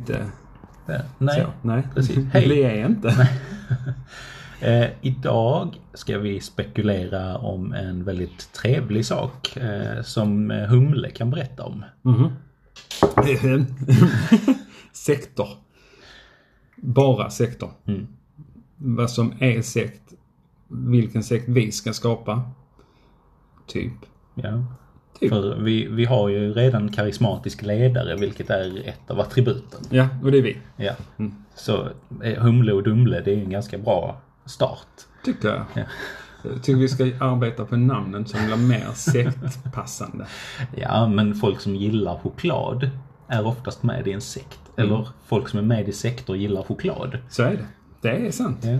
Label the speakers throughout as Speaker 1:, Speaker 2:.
Speaker 1: inte
Speaker 2: det. Eh, Nej,
Speaker 1: så. Nej,
Speaker 2: precis.
Speaker 1: Hej.
Speaker 2: Hej!
Speaker 1: Det är jag inte.
Speaker 2: Eh, idag ska vi spekulera om en väldigt trevlig sak eh, som eh, Humle kan berätta om.
Speaker 1: sektor. Bara sektor.
Speaker 2: Mm.
Speaker 1: Vad som är sekt. Vilken sekt vi ska skapa. Typ.
Speaker 2: Ja.
Speaker 1: Typ.
Speaker 2: För vi, vi har ju redan karismatisk ledare, vilket är ett av attributen.
Speaker 1: Ja, och det är vi.
Speaker 2: Ja.
Speaker 1: Mm.
Speaker 2: Så eh, Humle och Dumle, det är en ganska bra start.
Speaker 1: Tycker jag. Jag tycker vi ska arbeta på namnen som blir mer sektpassande.
Speaker 2: Ja, men folk som gillar choklad är oftast med i en sekt.
Speaker 1: Mm.
Speaker 2: Eller folk som är med i sektor gillar choklad.
Speaker 1: Så är det. Det är sant.
Speaker 2: Ja.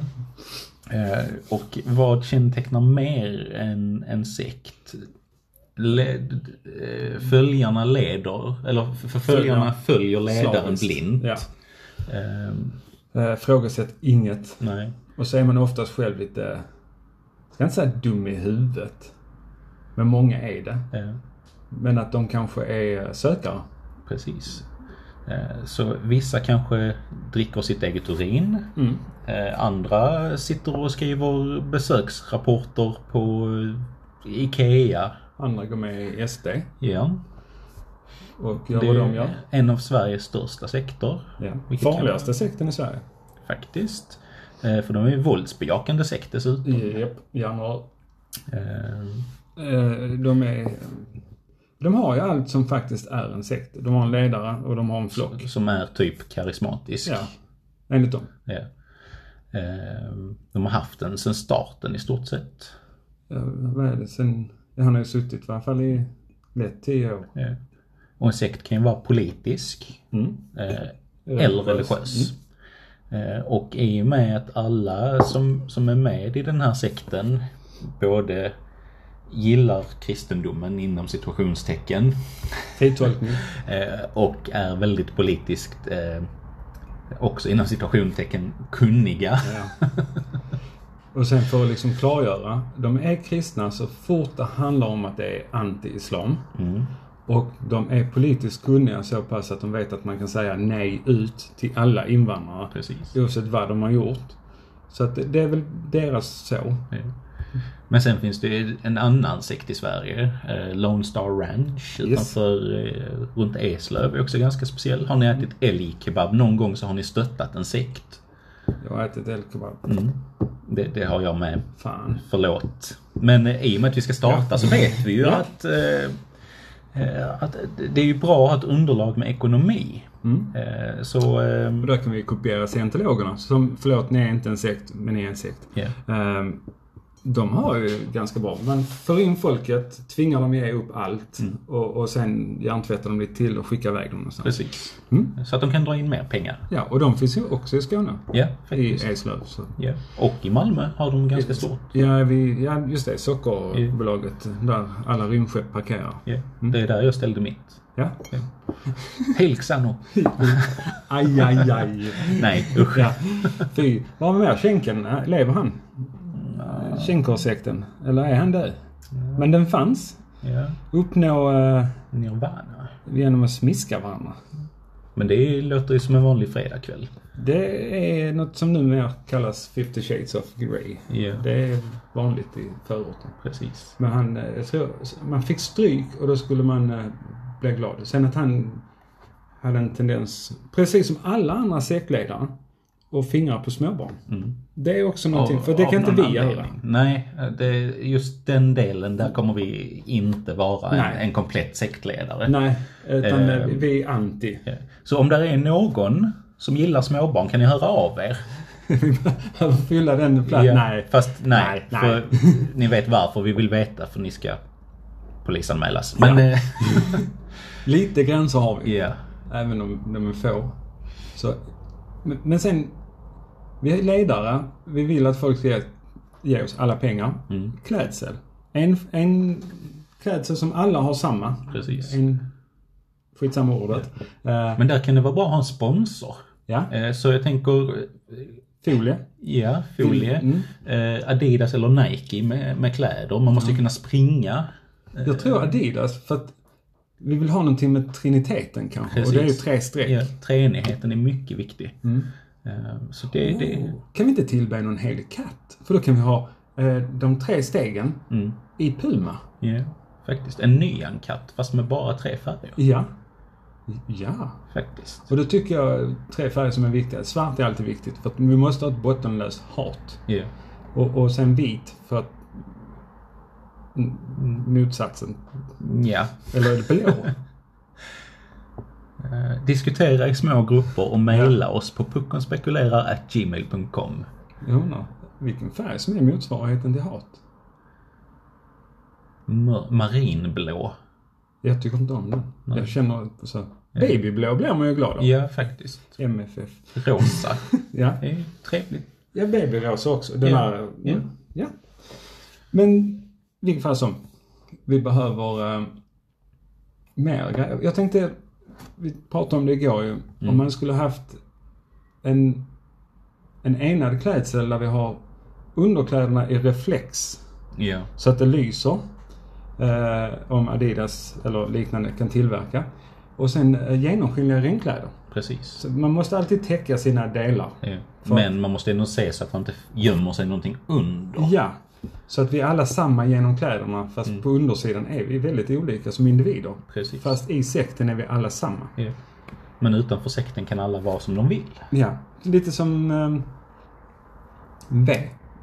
Speaker 2: Eh, Och vad kännetecknar mer än en sekt? Led, eh, följarna leder, eller för- för följarna följer ledaren
Speaker 1: Slaviskt.
Speaker 2: blint.
Speaker 1: Ja.
Speaker 2: Eh,
Speaker 1: Eh, Frågesätt inget.
Speaker 2: nej.
Speaker 1: Och så är man oftast själv lite, jag ska inte säga dum i huvudet. Men många är det.
Speaker 2: Eh,
Speaker 1: Men att de kanske är sökare.
Speaker 2: Precis. Eh, Så vissa kanske dricker sitt eget urin.
Speaker 1: Mm.
Speaker 2: Eh, Andra sitter och skriver besöksrapporter på eh, IKEA.
Speaker 1: Andra går med i SD
Speaker 2: Ja,
Speaker 1: och gör
Speaker 2: det
Speaker 1: vad de
Speaker 2: är
Speaker 1: gör.
Speaker 2: en av Sveriges största sektor.
Speaker 1: Ja.
Speaker 2: Vilket kan-
Speaker 1: Farligaste sekten i Sverige.
Speaker 2: Faktiskt. Eh, För de är ju våldsbejakande sekt
Speaker 1: Mm.
Speaker 2: dessutom.
Speaker 1: Japp, januari.
Speaker 2: Eh,
Speaker 1: Eh, De är... De har ju allt som faktiskt är en sekt. De har en ledare och de har en flock.
Speaker 2: Som är typ karismatisk.
Speaker 1: Ja, enligt dem.
Speaker 2: Ja. Eh, De har haft den sedan starten i stort sett.
Speaker 1: Eh, Vad är det sen? Han har ju suttit i varje fall i lätt tio år.
Speaker 2: Ja. Och en sekt kan ju vara politisk eh, eller religiös. Eh, och i och med att alla som, som är med i den här sekten både gillar kristendomen inom situationstecken
Speaker 1: Mm. Tidtolkning.
Speaker 2: eh, och är väldigt politiskt eh, också inom situationstecken kunniga.
Speaker 1: Ja. Och sen för att liksom klargöra. De är kristna så fort det handlar om att det är anti-islam.
Speaker 2: Mm,
Speaker 1: Och de är politiskt kunniga så pass att de vet att man kan säga nej ut till alla invandrare.
Speaker 2: Precis.
Speaker 1: Oavsett vad de har gjort. Så att det- det är väl deras så.
Speaker 2: Ja. Men sen finns det ju en annan sekt i Sverige, eh, Lone Star Ranch utanför eh, runt Eslöv, är också ganska speciell. Har ni ätit älgkebab någon gång så har ni stöttat en sekt.
Speaker 1: Jag har ätit elkebab.
Speaker 2: Det, det har jag med.
Speaker 1: Fan.
Speaker 2: Förlåt. Men eh, i och med att vi ska starta så vet vi ju
Speaker 1: Ja.
Speaker 2: att, eh, eh, att det är ju bra att ha ett underlag med ekonomi.
Speaker 1: Mm.
Speaker 2: Eh, så... Eh,
Speaker 1: Och där kan vi kopiera scientologerna. Som, förlåt, ni är inte en sekt, men ni är en sekt.
Speaker 2: ja.
Speaker 1: Ehm, De har ju ganska bra. Man för in folket, tvingar dem ge upp allt och, och sen hjärntvättar dem lite till och skickar iväg dem någonstans.
Speaker 2: Precis.
Speaker 1: Mm.
Speaker 2: Så att de kan dra in mer pengar.
Speaker 1: Ja, och de finns ju också i Skåne.
Speaker 2: Ja,
Speaker 1: I
Speaker 2: faktiskt.
Speaker 1: Eslöv. Så.
Speaker 2: Ja. Och i Malmö har de ganska stort.
Speaker 1: Ja, vi, ja, just det. Sockerbolaget där alla rymdskepp parkerar.
Speaker 2: Ja. Det är där jag ställde mitt.
Speaker 1: Ja.
Speaker 2: Hilksano.
Speaker 1: Aj, aj, aj.
Speaker 2: Nej, usch.
Speaker 1: Ja. Fy. Vad var mer? Schenken? Äh, Lever han? Schenkersekten? Eller är han död? Men den fanns.
Speaker 2: Ja.
Speaker 1: Uppnå eh,
Speaker 2: Nirvana.
Speaker 1: genom att smiska varandra.
Speaker 2: Men det låter ju som en vanlig fredagkväll.
Speaker 1: Det är något som numera kallas 50 shades of grey.
Speaker 2: Ja.
Speaker 1: Det är vanligt i förorten.
Speaker 2: Precis.
Speaker 1: Men han, eh, jag tror, man fick stryk och då skulle man eh, bli glad. Sen att han hade en tendens, precis som alla andra sektledare, att fingra på småbarn. Det är också någonting, för det
Speaker 2: Mm. Av
Speaker 1: kan inte
Speaker 2: någon
Speaker 1: vi
Speaker 2: anledning.
Speaker 1: göra.
Speaker 2: Nej, det, just den delen där kommer vi inte vara en,
Speaker 1: Nej.
Speaker 2: en komplett sektledare.
Speaker 1: Nej, utan
Speaker 2: Eh.
Speaker 1: eh, vi är anti.
Speaker 2: Ja. Så om där är någon som gillar småbarn kan ni höra av er.
Speaker 1: Vi behöver fylla den platsen.
Speaker 2: Ja,
Speaker 1: Nej.
Speaker 2: Fast nej,
Speaker 1: Nej,
Speaker 2: för ni vet varför vi vill veta för ni ska polisanmälas. Men eh,
Speaker 1: Lite gränser har vi.
Speaker 2: ja,
Speaker 1: Även om de är få. Så, men, men sen, vi är ledare. Vi vill att folk ska ge, ge oss alla pengar.
Speaker 2: Mm.
Speaker 1: Klädsel. En, en klädsel som alla har samma.
Speaker 2: precis.
Speaker 1: En, skitsamma ordet. Ja.
Speaker 2: Men där kan det vara bra att ha en sponsor.
Speaker 1: ja,
Speaker 2: Eh, Så jag tänker, eh,
Speaker 1: folie.
Speaker 2: ja, folie. Eh, Adidas eller Nike med, med kläder. Man måste ju kunna springa.
Speaker 1: Jag tror Adidas, för att Vi vill ha någonting med triniteten kanske.
Speaker 2: Precis.
Speaker 1: Och det är ju tre streck.
Speaker 2: Ja, treenigheten är mycket viktig. Eh, Så det, det,
Speaker 1: Oh. Kan vi inte tillbe någon helig katt? För då kan vi ha eh, de tre stegen i Puma.
Speaker 2: mm, ja, faktiskt. En nyankatt fast med bara tre färger.
Speaker 1: Ja. Ja.
Speaker 2: Faktiskt.
Speaker 1: Och då tycker jag tre färger som är viktiga. Svart är alltid viktigt för att vi måste ha ett bottenlöst hat.
Speaker 2: Ja.
Speaker 1: Och, och sen vit för att m- motsatsen.
Speaker 2: ja.
Speaker 1: Eller är det blå?
Speaker 2: Eh, Diskutera i små grupper och mejla oss på puckonspekulerar.gmail.com.
Speaker 1: Jag undrar vilken färg som är motsvarigheten till hat.
Speaker 2: Mör- Marinblå.
Speaker 1: Jag tycker inte om den. Jag känner så här, Babyblå blir man ju glad av.
Speaker 2: Ja, faktiskt.
Speaker 1: MFF.
Speaker 2: Rosa.
Speaker 1: Ja.
Speaker 2: Det är ju trevligt.
Speaker 1: Ja, babyrosa också. Den
Speaker 2: Ja.
Speaker 1: här...
Speaker 2: Ja.
Speaker 1: ja. Men vilken fall som. Vi behöver eh, mer grejer. Jag tänkte, vi pratade om det igår ju. Om man skulle haft en, en enad klädsel där vi har underkläderna i reflex.
Speaker 2: Ja.
Speaker 1: Så att det lyser. Eh, om Adidas eller liknande kan tillverka. Och sen eh, genomskinliga regnkläder.
Speaker 2: Precis.
Speaker 1: Så man måste alltid täcka sina delar.
Speaker 2: Ja. Men man måste ändå se så att man inte gömmer sig någonting under.
Speaker 1: Ja, så att vi är alla samma genom kläderna fast
Speaker 2: Mm.
Speaker 1: på undersidan är vi väldigt olika som individer.
Speaker 2: Precis.
Speaker 1: Fast i sekten är vi alla samma.
Speaker 2: Ja. Men utanför sekten kan alla vara som de vill.
Speaker 1: Ja, lite som um, V.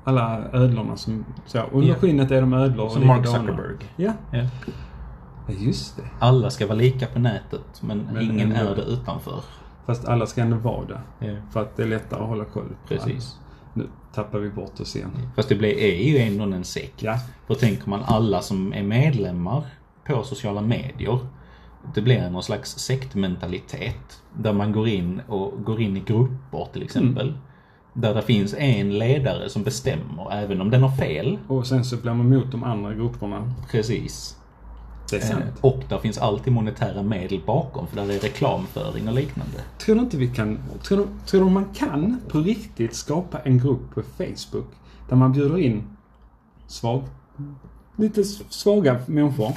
Speaker 1: Alla ödlorna som... Så, under
Speaker 2: Ja.
Speaker 1: skinnet är de ödlor och
Speaker 2: Som Mark
Speaker 1: likadana.
Speaker 2: Zuckerberg.
Speaker 1: Ja,
Speaker 2: Ja.
Speaker 1: Ja, just det.
Speaker 2: Alla ska vara lika på nätet, men, ingen
Speaker 1: ändå.
Speaker 2: är det utanför.
Speaker 1: Fast alla ska ändå vara det.
Speaker 2: Ja.
Speaker 1: För att det är lättare att hålla koll på
Speaker 2: Precis. Mm.
Speaker 1: alla. Nu tappar vi bort oss igen.
Speaker 2: Fast det blir, är ju ändå en sekt.
Speaker 1: Ja.
Speaker 2: För tänker man alla som är medlemmar på sociala medier, det blir någon slags sektmentalitet. Där man går in och går in i grupper till exempel.
Speaker 1: Mm.
Speaker 2: Där det finns en ledare som bestämmer, även om den har fel.
Speaker 1: Och sen så blir man mot de andra grupperna.
Speaker 2: Precis.
Speaker 1: Det är sant.
Speaker 2: Eh, Och där finns alltid monetära medel bakom, för där är reklamföring och liknande.
Speaker 1: Tror du inte vi kan... Tror du, tror du man kan på riktigt skapa en grupp på Facebook där man bjuder in svag, lite svaga människor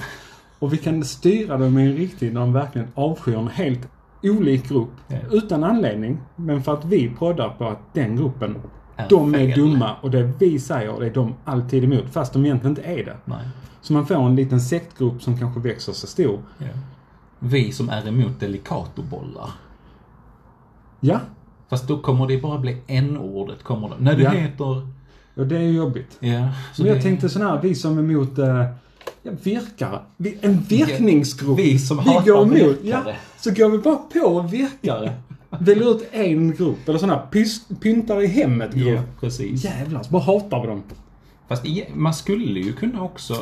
Speaker 1: och vi kan styra dem i en riktning där de verkligen avskyr en helt olik grupp utan anledning men för att vi proddar på att den gruppen
Speaker 2: Är
Speaker 1: de är
Speaker 2: fel.
Speaker 1: dumma och det vi säger det är de alltid emot fast de egentligen inte är det.
Speaker 2: Nej.
Speaker 1: Så man får en liten sektgrupp som kanske växer sig stor.
Speaker 2: Vi som är emot delicatobollar.
Speaker 1: Ja,
Speaker 2: Fast då kommer det bara bli en ordet kommer det. När du
Speaker 1: Ja.
Speaker 2: heter...
Speaker 1: och det är ju jobbigt.
Speaker 2: Ja. Så
Speaker 1: Men jag
Speaker 2: det-
Speaker 1: tänkte sån här, vi som är emot eh, ja, virkare. Vi, en virkningsgrupp.
Speaker 2: Vi som hatar virkare.
Speaker 1: Ja, så går vi bara på virkare. Väljer ut en grupp, eller sån här pys- pyntar i hemmet-grupp.
Speaker 2: Ja, precis.
Speaker 1: Jävlar, så bara hatar vi dem.
Speaker 2: Fast i- man skulle ju kunna också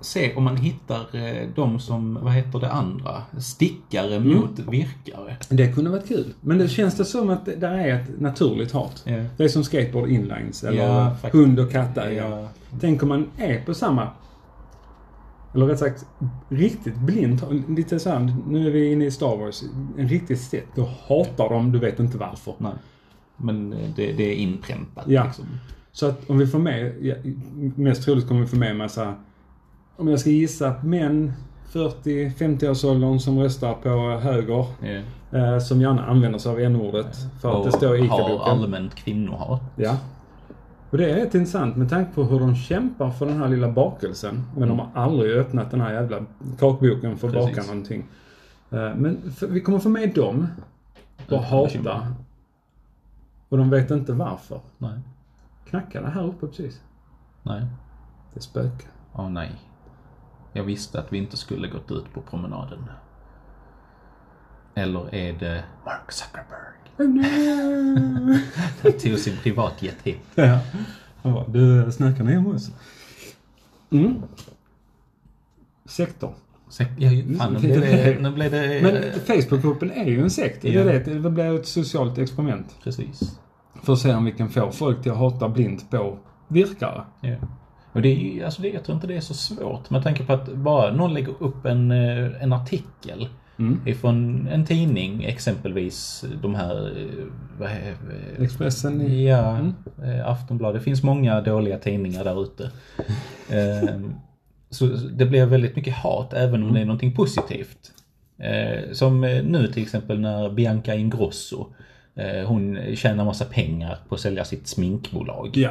Speaker 2: se om man hittar eh, de som, vad heter det andra? Stickare
Speaker 1: Mm.
Speaker 2: mot virkare.
Speaker 1: Det kunde varit kul. Men det känns det som att det där är ett naturligt hat.
Speaker 2: Ja.
Speaker 1: Det är som skateboard inlines, eller
Speaker 2: Ja, faktiskt.
Speaker 1: hund och kattägare.
Speaker 2: Ja.
Speaker 1: Tänk om man är på samma... Eller rätt sagt, riktigt blint. Lite såhär, nu är vi inne i Star Wars. En riktigt sett. Då hatar de, du vet inte varför.
Speaker 2: Nej. Men eh, det, det är inpräntat
Speaker 1: Ja.
Speaker 2: liksom.
Speaker 1: Så att om vi får med, ja, mest troligt kommer vi få med en massa, om jag ska gissa, män 40-50-årsåldern som röstar på höger.
Speaker 2: Ja.
Speaker 1: Eh, som gärna använder sig av n-ordet. För att det står i
Speaker 2: har
Speaker 1: ICA-boken.
Speaker 2: allmänt kvinnohat.
Speaker 1: Ja. Och det är rätt intressant med tanke på hur de kämpar för den här lilla bakelsen. Men de har aldrig öppnat den här jävla kakboken för att baka
Speaker 2: Precis.
Speaker 1: någonting. Eh, Men för, vi kommer få med dem och hata.
Speaker 2: bekymmer.
Speaker 1: Och de vet inte varför.
Speaker 2: Nej.
Speaker 1: Knackade här uppe precis.
Speaker 2: Nej.
Speaker 1: Det spökar.
Speaker 2: Åh nej. Jag visste att vi inte skulle gått ut på promenaden. Eller är det Mark Zuckerberg?
Speaker 1: Oh no!
Speaker 2: Han tog sin privatjet hit.
Speaker 1: ja. Han bara, du eh, snackar ni om oss? Mm. Sektor.
Speaker 2: Sek- Ja, ju- fan, nu blev det... Nu blev det
Speaker 1: Mm. Men Facebookgruppen är ju en sekt. Det,
Speaker 2: Ja.
Speaker 1: är det, det blir ett socialt experiment.
Speaker 2: Precis.
Speaker 1: För att se om vi kan få folk till att hata blint på virkare.
Speaker 2: Ja. Och det är ju, alltså det, jag tror inte det är så svårt med tanke på att bara någon lägger upp en, eh, en artikel ifrån en tidning exempelvis de här, eh, vad är, eh,
Speaker 1: Expressen i...
Speaker 2: ja, eh, Aftonbladet. Det finns många dåliga tidningar där ute. Eh, Så det blir väldigt mycket hat även om det är någonting positivt. Eh, som eh, nu till exempel när Bianca Ingrosso, eh, hon tjänar massa pengar på att sälja sitt sminkbolag.
Speaker 1: Ja.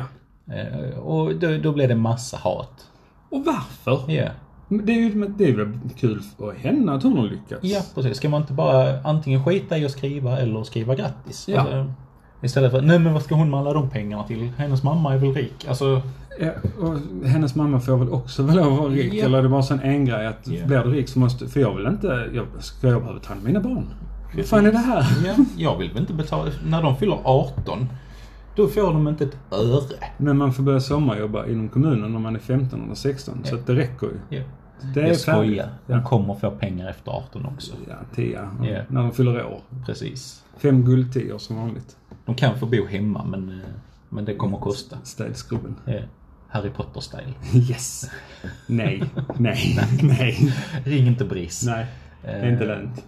Speaker 2: Eh, och då, då blir det massa hat.
Speaker 1: Och varför?
Speaker 2: Ja.
Speaker 1: Men det, är ju, men det är väl kul för henne att hon har lyckats?
Speaker 2: Ja, precis. Ska man inte bara antingen skita i att skriva eller skriva grattis?
Speaker 1: Ja.
Speaker 2: Alltså, istället för, nej men vad ska hon med alla de pengarna till? Hennes mamma är väl rik? Alltså,
Speaker 1: Ja, och hennes mamma får väl också väl lov att vara rik?
Speaker 2: Ja.
Speaker 1: Eller är det bara sån en grej att
Speaker 2: Ja.
Speaker 1: blir du rik så måste... För jag vill inte... Jag, ska jag behöva ta hand om mina barn? Vad fan är det här?
Speaker 2: ja, jag vill väl inte betala. När de fyller 18, då får de inte ett öre.
Speaker 1: Men man får börja sommarjobba inom kommunen om man är 15 eller 16. Så att det räcker ju.
Speaker 2: Ja.
Speaker 1: Det är
Speaker 2: Jag
Speaker 1: färdigt.
Speaker 2: skojar. De
Speaker 1: Ja,
Speaker 2: kommer få pengar efter 18 också.
Speaker 1: ja tia. Ja.
Speaker 2: Ja.
Speaker 1: När de fyller år.
Speaker 2: Precis.
Speaker 1: Fem guldtior som vanligt.
Speaker 2: De kan få bo hemma men, eh, men det kommer kosta.
Speaker 1: Städskrubben.
Speaker 2: Eh, Harry Potter-style.
Speaker 1: Yes! Nej, nej, nej.
Speaker 2: Ring inte Eh, BRIS.
Speaker 1: Nej, det är inte lönt. Eh,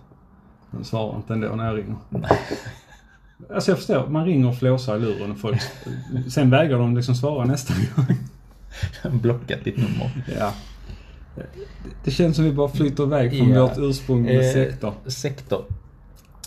Speaker 1: De svarar inte ändå när jag ringer. Alltså jag förstår, man ringer och flåsar i luren och folk... Sen vägrar de liksom svara nästa gång.
Speaker 2: Blockat ditt nummer.
Speaker 1: Ja. Det känns som vi bara flyter iväg från
Speaker 2: Ja.
Speaker 1: vårt ursprungliga
Speaker 2: Eh,
Speaker 1: sektor.
Speaker 2: Sektor.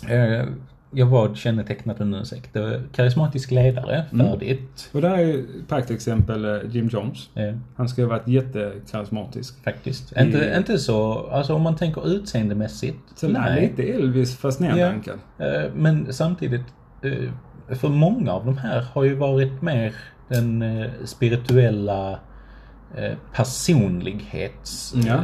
Speaker 2: Eh, jag var kännetecknat under en sektor. Karismatisk ledare,
Speaker 1: Mm.
Speaker 2: färdigt.
Speaker 1: Och där är ju praktexempel eh, Jim Jones.
Speaker 2: Eh,
Speaker 1: Han ska ju ha varit jättekarismatisk.
Speaker 2: faktiskt.
Speaker 1: Mm.
Speaker 2: Inte, inte så, alltså om man tänker utseendemässigt.
Speaker 1: Så nej. lite Elvis fast nerdankad.
Speaker 2: Eh, Men samtidigt, eh, för många av de här har ju varit mer den eh, spirituella eh, personlighets
Speaker 1: Mm, Ja.
Speaker 2: eh,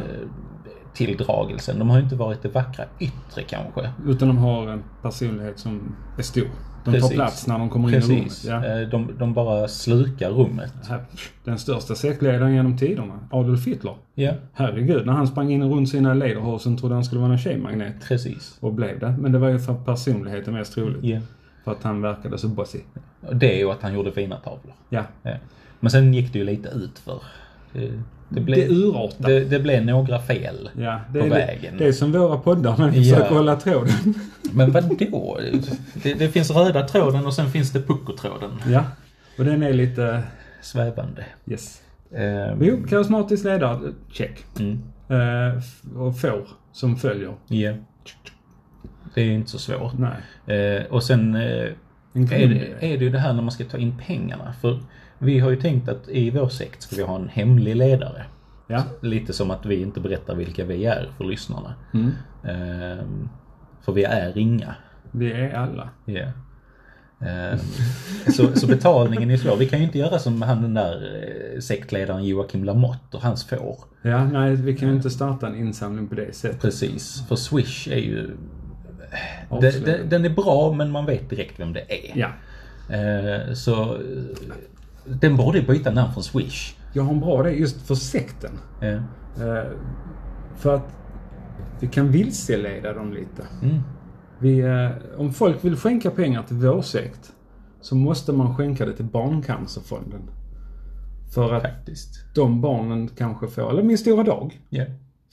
Speaker 2: tilldragelsen. De har ju inte varit det vackra yttre kanske.
Speaker 1: Utan de har en personlighet som är stor. De
Speaker 2: Precis.
Speaker 1: tar plats när de kommer in i rummet.
Speaker 2: Precis.
Speaker 1: Ja.
Speaker 2: Eh, De, de bara slukar rummet.
Speaker 1: Här- Den största sektledaren genom tiderna, Adolf Hitler.
Speaker 2: Ja,
Speaker 1: Herregud, när han sprang in runt sina lederhosen trodde han skulle vara en tjejmagnet.
Speaker 2: precis.
Speaker 1: Och blev det. Men det var ju för personligheten mest troligt.
Speaker 2: Ja.
Speaker 1: För att han verkade så bossig.
Speaker 2: Och Det är ju att han gjorde fina tavlor.
Speaker 1: Ja.
Speaker 2: Ja. Men sen gick det ju lite ut för Det, det,
Speaker 1: Det
Speaker 2: blev,
Speaker 1: urartar.
Speaker 2: det, det blev några fel.
Speaker 1: Ja, det
Speaker 2: På
Speaker 1: är,
Speaker 2: vägen.
Speaker 1: Det är som våra poddar, men vi
Speaker 2: Ja.
Speaker 1: försöker hålla tråden.
Speaker 2: Men vadå? Det, det finns röda tråden och sen finns det puckotråden.
Speaker 1: Ja. Och den är lite...
Speaker 2: Svävande.
Speaker 1: Yes.
Speaker 2: Eh,
Speaker 1: Jo, karismatisk ledare. Check.
Speaker 2: mm,
Speaker 1: Eh, f- och får som följer.
Speaker 2: ja. Det är ju inte så svårt.
Speaker 1: Nej.
Speaker 2: Eh, och sen eh,
Speaker 1: En
Speaker 2: är,
Speaker 1: grund.
Speaker 2: det, är det ju det här när man ska ta in pengarna. För vi har ju tänkt att i vår sekt ska vi ha en hemlig ledare.
Speaker 1: Ja.
Speaker 2: Lite som att vi inte berättar vilka vi är för lyssnarna.
Speaker 1: Mm.
Speaker 2: Eh, för vi är inga.
Speaker 1: Vi är alla.
Speaker 2: Ja. Ehm, Så, så betalningen är svår. Vi kan ju inte göra som han den där eh, sektledaren Joakim Lamotte och hans får.
Speaker 1: Ja, nej, vi kan ju inte starta en insamling på det sättet.
Speaker 2: Precis, för Swish är ju... Den, den, den är bra men man vet direkt vem det är.
Speaker 1: Ja.
Speaker 2: Eh, Så eh, den borde byta namn från Swish.
Speaker 1: Jag har en bra idé just för sekten.
Speaker 2: Eh,
Speaker 1: Eh, För att vi kan vilseleda dem lite.
Speaker 2: Mm.
Speaker 1: Vi, eh, om folk vill skänka pengar till vår sekt så måste man skänka det till Barncancerfonden. För att
Speaker 2: Faktiskt.
Speaker 1: de barnen kanske får, eller Min Stora Dag.
Speaker 2: Ja.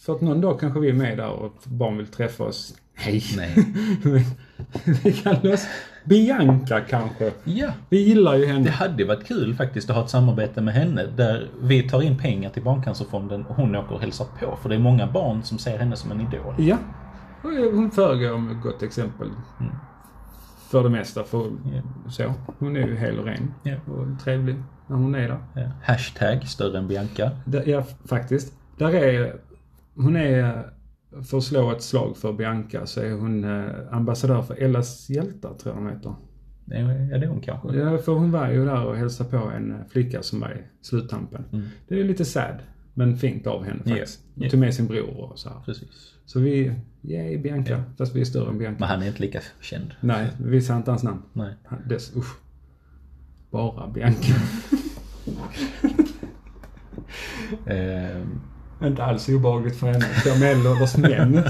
Speaker 1: För att någon dag kanske vi är med där och ett barn vill träffa oss. Nej.
Speaker 2: Nej.
Speaker 1: vi kan lösa... Bianca kanske.
Speaker 2: Ja.
Speaker 1: Vi gillar ju henne.
Speaker 2: Det hade varit kul faktiskt att ha ett samarbete med henne där vi tar in pengar till Barncancerfonden och hon åker och hälsar på. För det är många barn som ser henne som en idol.
Speaker 1: Ja. Och Hon föregår med gott exempel.
Speaker 2: Mm.
Speaker 1: För det mesta. För så. Hon är ju hel och ren.
Speaker 2: Ja.
Speaker 1: Och trevlig när hon är där.
Speaker 2: Ja. Hashtag större än Bianca.
Speaker 1: Där- Ja, faktiskt. Där är... Hon är... För att slå ett slag för Bianca så är hon eh, ambassadör för Ellas hjältar, tror jag hon heter.
Speaker 2: Nej, Ja, det är hon kanske.
Speaker 1: Ja, för hon var ju där och hälsade på en eh, flicka som var i sluttampen. Det är ju lite sad, men fint av henne faktiskt. Hon
Speaker 2: Mm. ja.
Speaker 1: tog med sin bror och så här.
Speaker 2: Precis.
Speaker 1: Så vi... Yay, Bianca. Fast vi är större än Bianca.
Speaker 2: Men han är inte lika känd.
Speaker 1: Nej, visa inte hans namn.
Speaker 2: Nej.
Speaker 1: Han- Dess, usch. Bara Bianca.
Speaker 2: Ehm,
Speaker 1: inte alls obehagligt för henne. De medelålders män.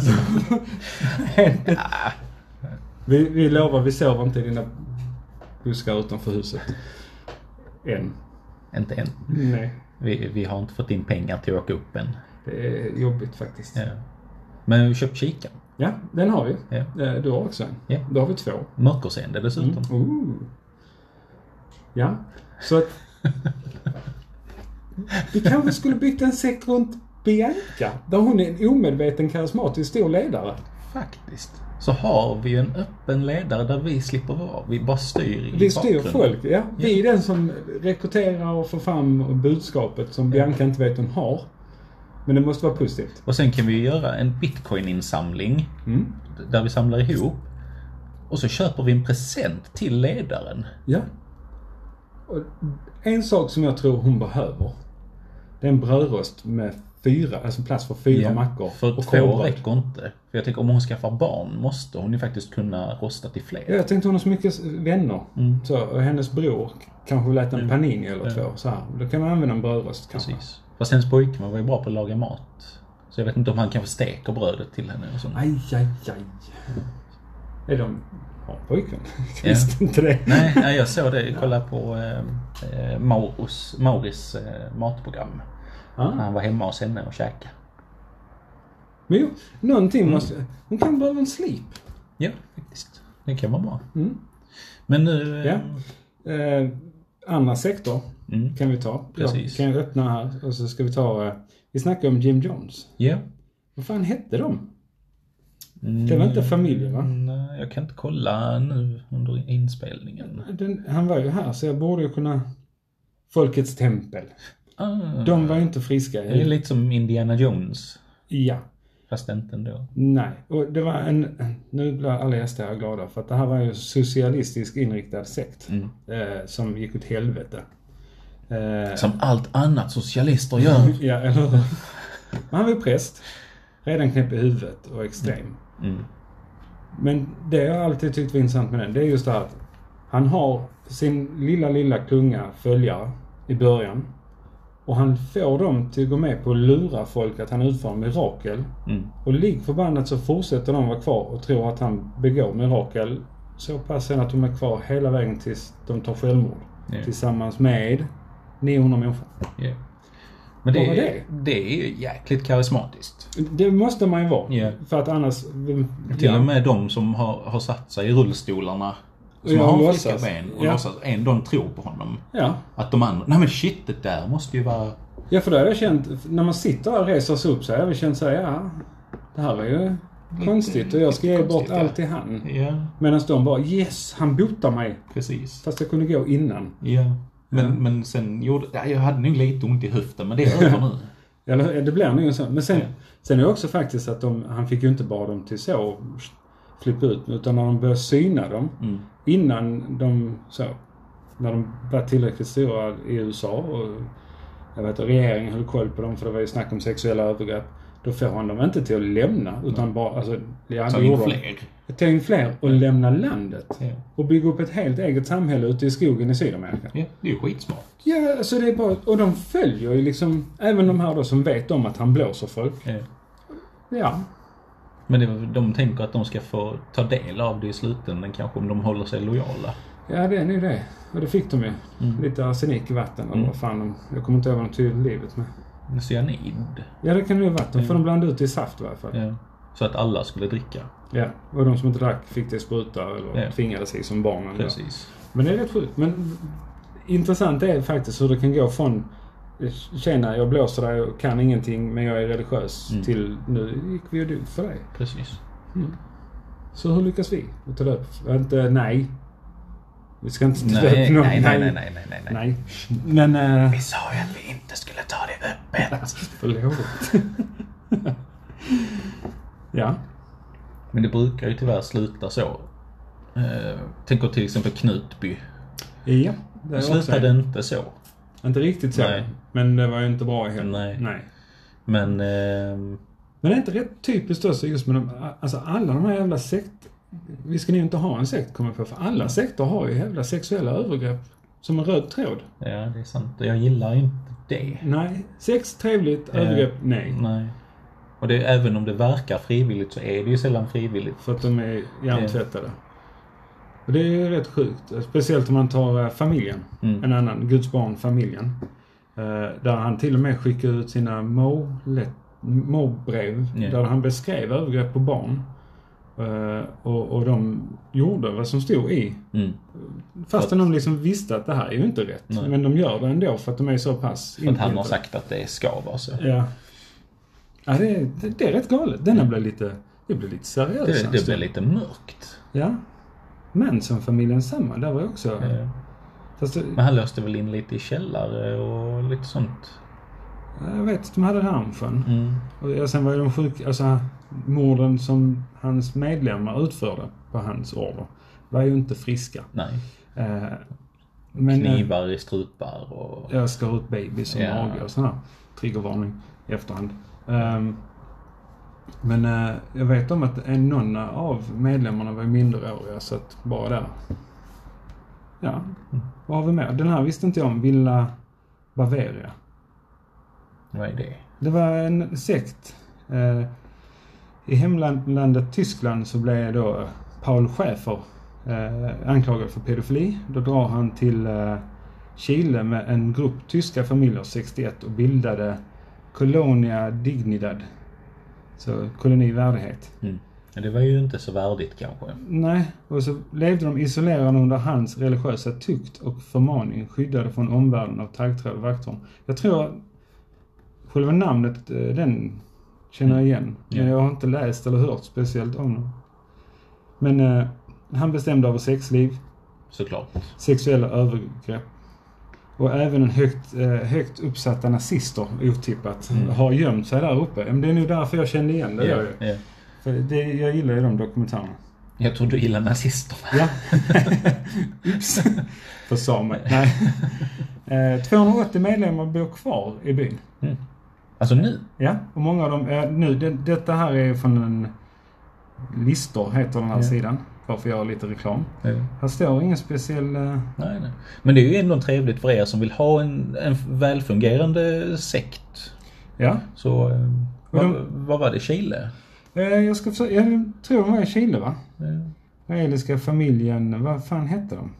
Speaker 1: vi, vi lovar, vi sover inte i dina buskar utanför huset. Än.
Speaker 2: inte än.
Speaker 1: Nej.
Speaker 2: Vi, vi har inte fått in pengar till att åka upp än.
Speaker 1: Det är jobbigt faktiskt. Ja,
Speaker 2: Ja. Men vi köpt kikaren.
Speaker 1: den har vi.
Speaker 2: Ja.
Speaker 1: Eh, Du har också en.
Speaker 2: Ja.
Speaker 1: Då har vi två.
Speaker 2: Mörkerseende dessutom.
Speaker 1: Mm. Ooh. Ja, så att... Vi kanske skulle byggt en sekt runt Bianca, där hon är en omedveten karismatisk stor ledare.
Speaker 2: Faktiskt. Så har vi ju en öppen ledare där vi slipper vara. Vi bara styr i
Speaker 1: Vi styr
Speaker 2: bakgrunden.
Speaker 1: folk, ja. Vi är den som rekryterar och får fram budskapet som Bianca inte vet hon har. Men det måste vara positivt.
Speaker 2: Och sen kan vi ju göra en bitcoininsamling
Speaker 1: Mm.
Speaker 2: där vi samlar ihop. Och så köper vi en present till ledaren.
Speaker 1: Ja. Och en sak som jag tror hon behöver. Det är en brödrost med fyra, alltså plats för fyra mackor.
Speaker 2: För
Speaker 1: och
Speaker 2: två
Speaker 1: korvbröd.
Speaker 2: räcker inte. För jag tänker om hon skaffar barn måste hon ju faktiskt kunna rosta till fler.
Speaker 1: Ja, jag tänkte hon har så mycket vänner.
Speaker 2: Mm.
Speaker 1: Så, och hennes bror kanske vill äta en panini eller två. Så här. Då kan man använda en brödrost kanske.
Speaker 2: Precis. Fast hennes pojkvän var ju bra på att laga mat. Så jag vet inte om han kanske steker brödet till henne och sånt.
Speaker 1: Aj, aj, aj. Är de... Har pojkvän? Jag
Speaker 2: Ja.
Speaker 1: visste inte det.
Speaker 2: Nej, nej, jag såg det. Jag kollade på eh, eh, Mauros, Mauris eh, matprogram.
Speaker 1: Ah.
Speaker 2: Han var hemma hos henne och käkade.
Speaker 1: Men jo, någonting måste... Hon kan behöva en slip.
Speaker 2: Ja, faktiskt. Det kan vara bra.
Speaker 1: Mm.
Speaker 2: Men nu... eh,
Speaker 1: Ja. Eh, andra sektor
Speaker 2: Mm.
Speaker 1: kan vi ta.
Speaker 2: Precis.
Speaker 1: Jag kan öppna här och så ska vi ta... Eh, vi snackade om Jim Jones.
Speaker 2: ja.
Speaker 1: Vad fan hette de?
Speaker 2: Mm,
Speaker 1: Det var inte familjen va?
Speaker 2: nej, jag kan inte kolla nu under inspelningen.
Speaker 1: Den, han var ju här så jag borde ju kunna... Folkets tempel.
Speaker 2: Ah,
Speaker 1: De var ju inte friska.
Speaker 2: Det är lite som Indiana Jones.
Speaker 1: Ja.
Speaker 2: Fast inte ändå.
Speaker 1: Nej. Och det var en... Nu blir alla gäster här glada för att det här var ju en socialistisk inriktad sekt.
Speaker 2: Mm.
Speaker 1: Eh, som gick åt helvete. Eh,
Speaker 2: Som allt annat socialister gör.
Speaker 1: Ja, eller hur? Men han var ju präst. Redan knäpp i huvudet och extrem.
Speaker 2: Mm.
Speaker 1: Men det jag alltid tyckt var intressant med den, det är just det här att han har sin lilla, lilla klunga följare i början. Och han får dem till att gå med på att lura folk att han utför mirakel.
Speaker 2: Mm.
Speaker 1: Och lik förbannat så fortsätter de vara kvar och tror att han begår mirakel. Så pass sen att de är kvar hela vägen tills de tar självmord.
Speaker 2: Ja.
Speaker 1: Tillsammans med 900 människor.
Speaker 2: Ja. Men det,
Speaker 1: Vad var
Speaker 2: det?
Speaker 1: det?
Speaker 2: det är ju jäkligt karismatiskt.
Speaker 1: Det måste man ju vara.
Speaker 2: Ja.
Speaker 1: För att annars...
Speaker 2: Till och med de som har, har satt sig i rullstolarna. Som
Speaker 1: Ja,
Speaker 2: har
Speaker 1: låtsas.
Speaker 2: friska ben och
Speaker 1: Ja.
Speaker 2: låtsas. En, de tror på honom.
Speaker 1: Ja.
Speaker 2: Att de andra, nej men shit det där måste ju vara...
Speaker 1: Ja, för då har jag känt, när man sitter här och reser sig upp så har jag väl känt så här, ja, det här var ju konstigt och jag ska ge
Speaker 2: Lite
Speaker 1: bort
Speaker 2: konstigt,
Speaker 1: allt till
Speaker 2: ja.
Speaker 1: han.
Speaker 2: Ja,
Speaker 1: Medan de bara, yes, han botar mig.
Speaker 2: precis.
Speaker 1: Fast jag kunde gå innan.
Speaker 2: Ja. Men, men sen gjorde, ja, jag hade nog lite ont i höften men det är över nu.
Speaker 1: Eller eh, det blir nog så. Men sen,
Speaker 2: Ja.
Speaker 1: sen är det också faktiskt att de, han fick ju inte bara dem till så, flippa ut, utan när de började syna dem,
Speaker 2: Mm.
Speaker 1: innan de så, när de var tillräckligt stora i USA och jag vet att regeringen höll koll på dem för det var ju snack om sexuella övergrepp. Då får han dem inte till att lämna utan bara, alltså, ja,
Speaker 2: Ta
Speaker 1: det
Speaker 2: in
Speaker 1: gjorde de.
Speaker 2: fler.
Speaker 1: Ta in fler och lämna landet.
Speaker 2: Ja.
Speaker 1: Och bygga upp ett helt eget samhälle ute i skogen i Sydamerika.
Speaker 2: ja, det är ju skitsmart.
Speaker 1: Ja, alltså det är bara, och de följer ju liksom, även de här då som vet om att han blåser folk.
Speaker 2: Ja.
Speaker 1: Ja,
Speaker 2: Men det, var- de tänker att de ska få ta del av det i slutändan kanske om de håller sig lojala.
Speaker 1: ja det är nu det. Och det fick de ju.
Speaker 2: Mm.
Speaker 1: Lite arsenik i vatten eller vad fan de, jag kommer inte ihåg vad de tog livet med.
Speaker 2: Cyanid.
Speaker 1: Ja, det kan det ju ha varit. De får de blanda ut i saft i alla fall.
Speaker 2: Mm. Ja. Så att alla skulle dricka.
Speaker 1: Ja, och de som inte drack fick det i spruta eller
Speaker 2: Ja.
Speaker 1: tvingades i som barnen. då.
Speaker 2: Precis.
Speaker 1: Men det är rätt sjukt. Men intressant är faktiskt hur det kan gå från Tjena, jag blåser dig och kan ingenting men jag är religiös
Speaker 2: Mm.
Speaker 1: till nu gick vi och dog för dig.
Speaker 2: Precis.
Speaker 1: Så hur lyckas vi? Och ta död? Inte nej. Vi ska inte ta
Speaker 2: Nej,
Speaker 1: död någon.
Speaker 2: nej, nej, nej, nej, nej, nej.
Speaker 1: nej. Men... Äh,
Speaker 2: Vi sa ju att vi inte skulle ta det öppet.
Speaker 1: förlåt. ja.
Speaker 2: Men det brukar ju tyvärr sluta så. Eh, tänk till exempel Knutby.
Speaker 1: Ja. Det
Speaker 2: Det
Speaker 1: är också,
Speaker 2: slutade inte så.
Speaker 1: inte riktigt så.
Speaker 2: Nej.
Speaker 1: Men det var ju inte bra heller.
Speaker 2: Nej.
Speaker 1: nej.
Speaker 2: Men eh,
Speaker 1: Men det är inte rätt typiskt också just med de, alltså alla de här jävla sekt... Vi ska ju inte ha en sekt kommer jag på, för alla sekter har ju jävla sexuella övergrepp som en röd tråd.
Speaker 2: ja, det är sant. Jag gillar inte det.
Speaker 1: Nej, sex trevligt,
Speaker 2: Eh,
Speaker 1: övergrepp nej.
Speaker 2: Nej. Och det, även om det verkar frivilligt så är det ju sällan frivilligt.
Speaker 1: För att de är hjärntvättade. Och det är ju rätt sjukt. Speciellt om man tar eh, familjen.
Speaker 2: Mm.
Speaker 1: En annan, Guds barn, familjen. Eh, Där han till och med skickade ut sina målet- målbrev.
Speaker 2: Ja.
Speaker 1: Där han beskrev övergrepp på barn. Eh, Och, och de gjorde vad som stod i
Speaker 2: Mm.
Speaker 1: Fastän de liksom visste att det här är ju inte rätt. Men de gör det ändå för att de är så pass
Speaker 2: För att han har
Speaker 1: inpräntade.
Speaker 2: sagt att det ska vara så.
Speaker 1: Ja. Ja, det, är- det, det är rätt galet. Denna blev lite, det blev lite seriös.
Speaker 2: Mm. Det,
Speaker 1: känns
Speaker 2: det blir lite mörkt.
Speaker 1: Ja. Men som familjen samma, där var jag också...
Speaker 2: Eh,
Speaker 1: Fast det,
Speaker 2: Men han löste väl in lite i källare och lite sånt.
Speaker 1: jag vet, de hade ranchen.
Speaker 2: Mm.
Speaker 1: Och ja, sen var ju de sjuka, alltså morden som hans medlemmar utförde på hans order var ju inte friska.
Speaker 2: Nej.
Speaker 1: Eh, men eh,
Speaker 2: Knivar i strupar och...
Speaker 1: jag skar ut babys och
Speaker 2: Ja.
Speaker 1: mage och sådär. Triggervarning i efterhand. Ehm, men eh, jag vet om att en någon av medlemmarna var minderåriga så att bara där. Ja, vad har vi mer? Den här visste inte jag om. Villa Bavaria.
Speaker 2: Vad är det?
Speaker 1: Det var en sekt. Eh, I hemlandet Tyskland så blev då Paul Schäfer eh, anklagad för pedofili. Då drar han till eh, Chile med en grupp tyska familjer 61 och bildade Colonia Dignidad. Så koloni värdighet.
Speaker 2: Mm. Det var ju inte så värdigt kanske.
Speaker 1: Nej, och så levde de isolerade under hans religiösa tukt och förmaning, skyddade från omvärlden av taggtråd och vakttorn. Jag tror själva namnet, eh, den känner jag igen. Men
Speaker 2: Ja.
Speaker 1: jag har inte läst eller hört speciellt om dem. Men eh, han bestämde över sexliv,
Speaker 2: Såklart.
Speaker 1: sexuella övergrepp och även en högt, eh, högt uppsatta nazister, otippat, har gömt sig där uppe. Men det är nog därför jag kände igen det. där ju.
Speaker 2: ja.
Speaker 1: För det, jag gillar ju de dokumentärerna.
Speaker 2: Jag tror du gillar nazisterna.
Speaker 1: Ja. Ups. Försade mig. Nej. Eh, 280 medlemmar bor kvar i byn.
Speaker 2: Alltså nu?
Speaker 1: Ja, och många av dem är nu. Det, detta här är från en... Listor heter den här
Speaker 2: Ja.
Speaker 1: sidan. För att göra lite reklam. Här står ingen speciell... Eh,
Speaker 2: Nej, nej. Men det är ju ändå trevligt för er som vill ha en, en välfungerande sekt.
Speaker 1: ja.
Speaker 2: Så eh, vad,
Speaker 1: de-
Speaker 2: vad var det? Chile?
Speaker 1: Eh, jag ska försöka, Jag tror de var i Chile va?
Speaker 2: Eh,
Speaker 1: Israeliska familjen. Vad fan hette de?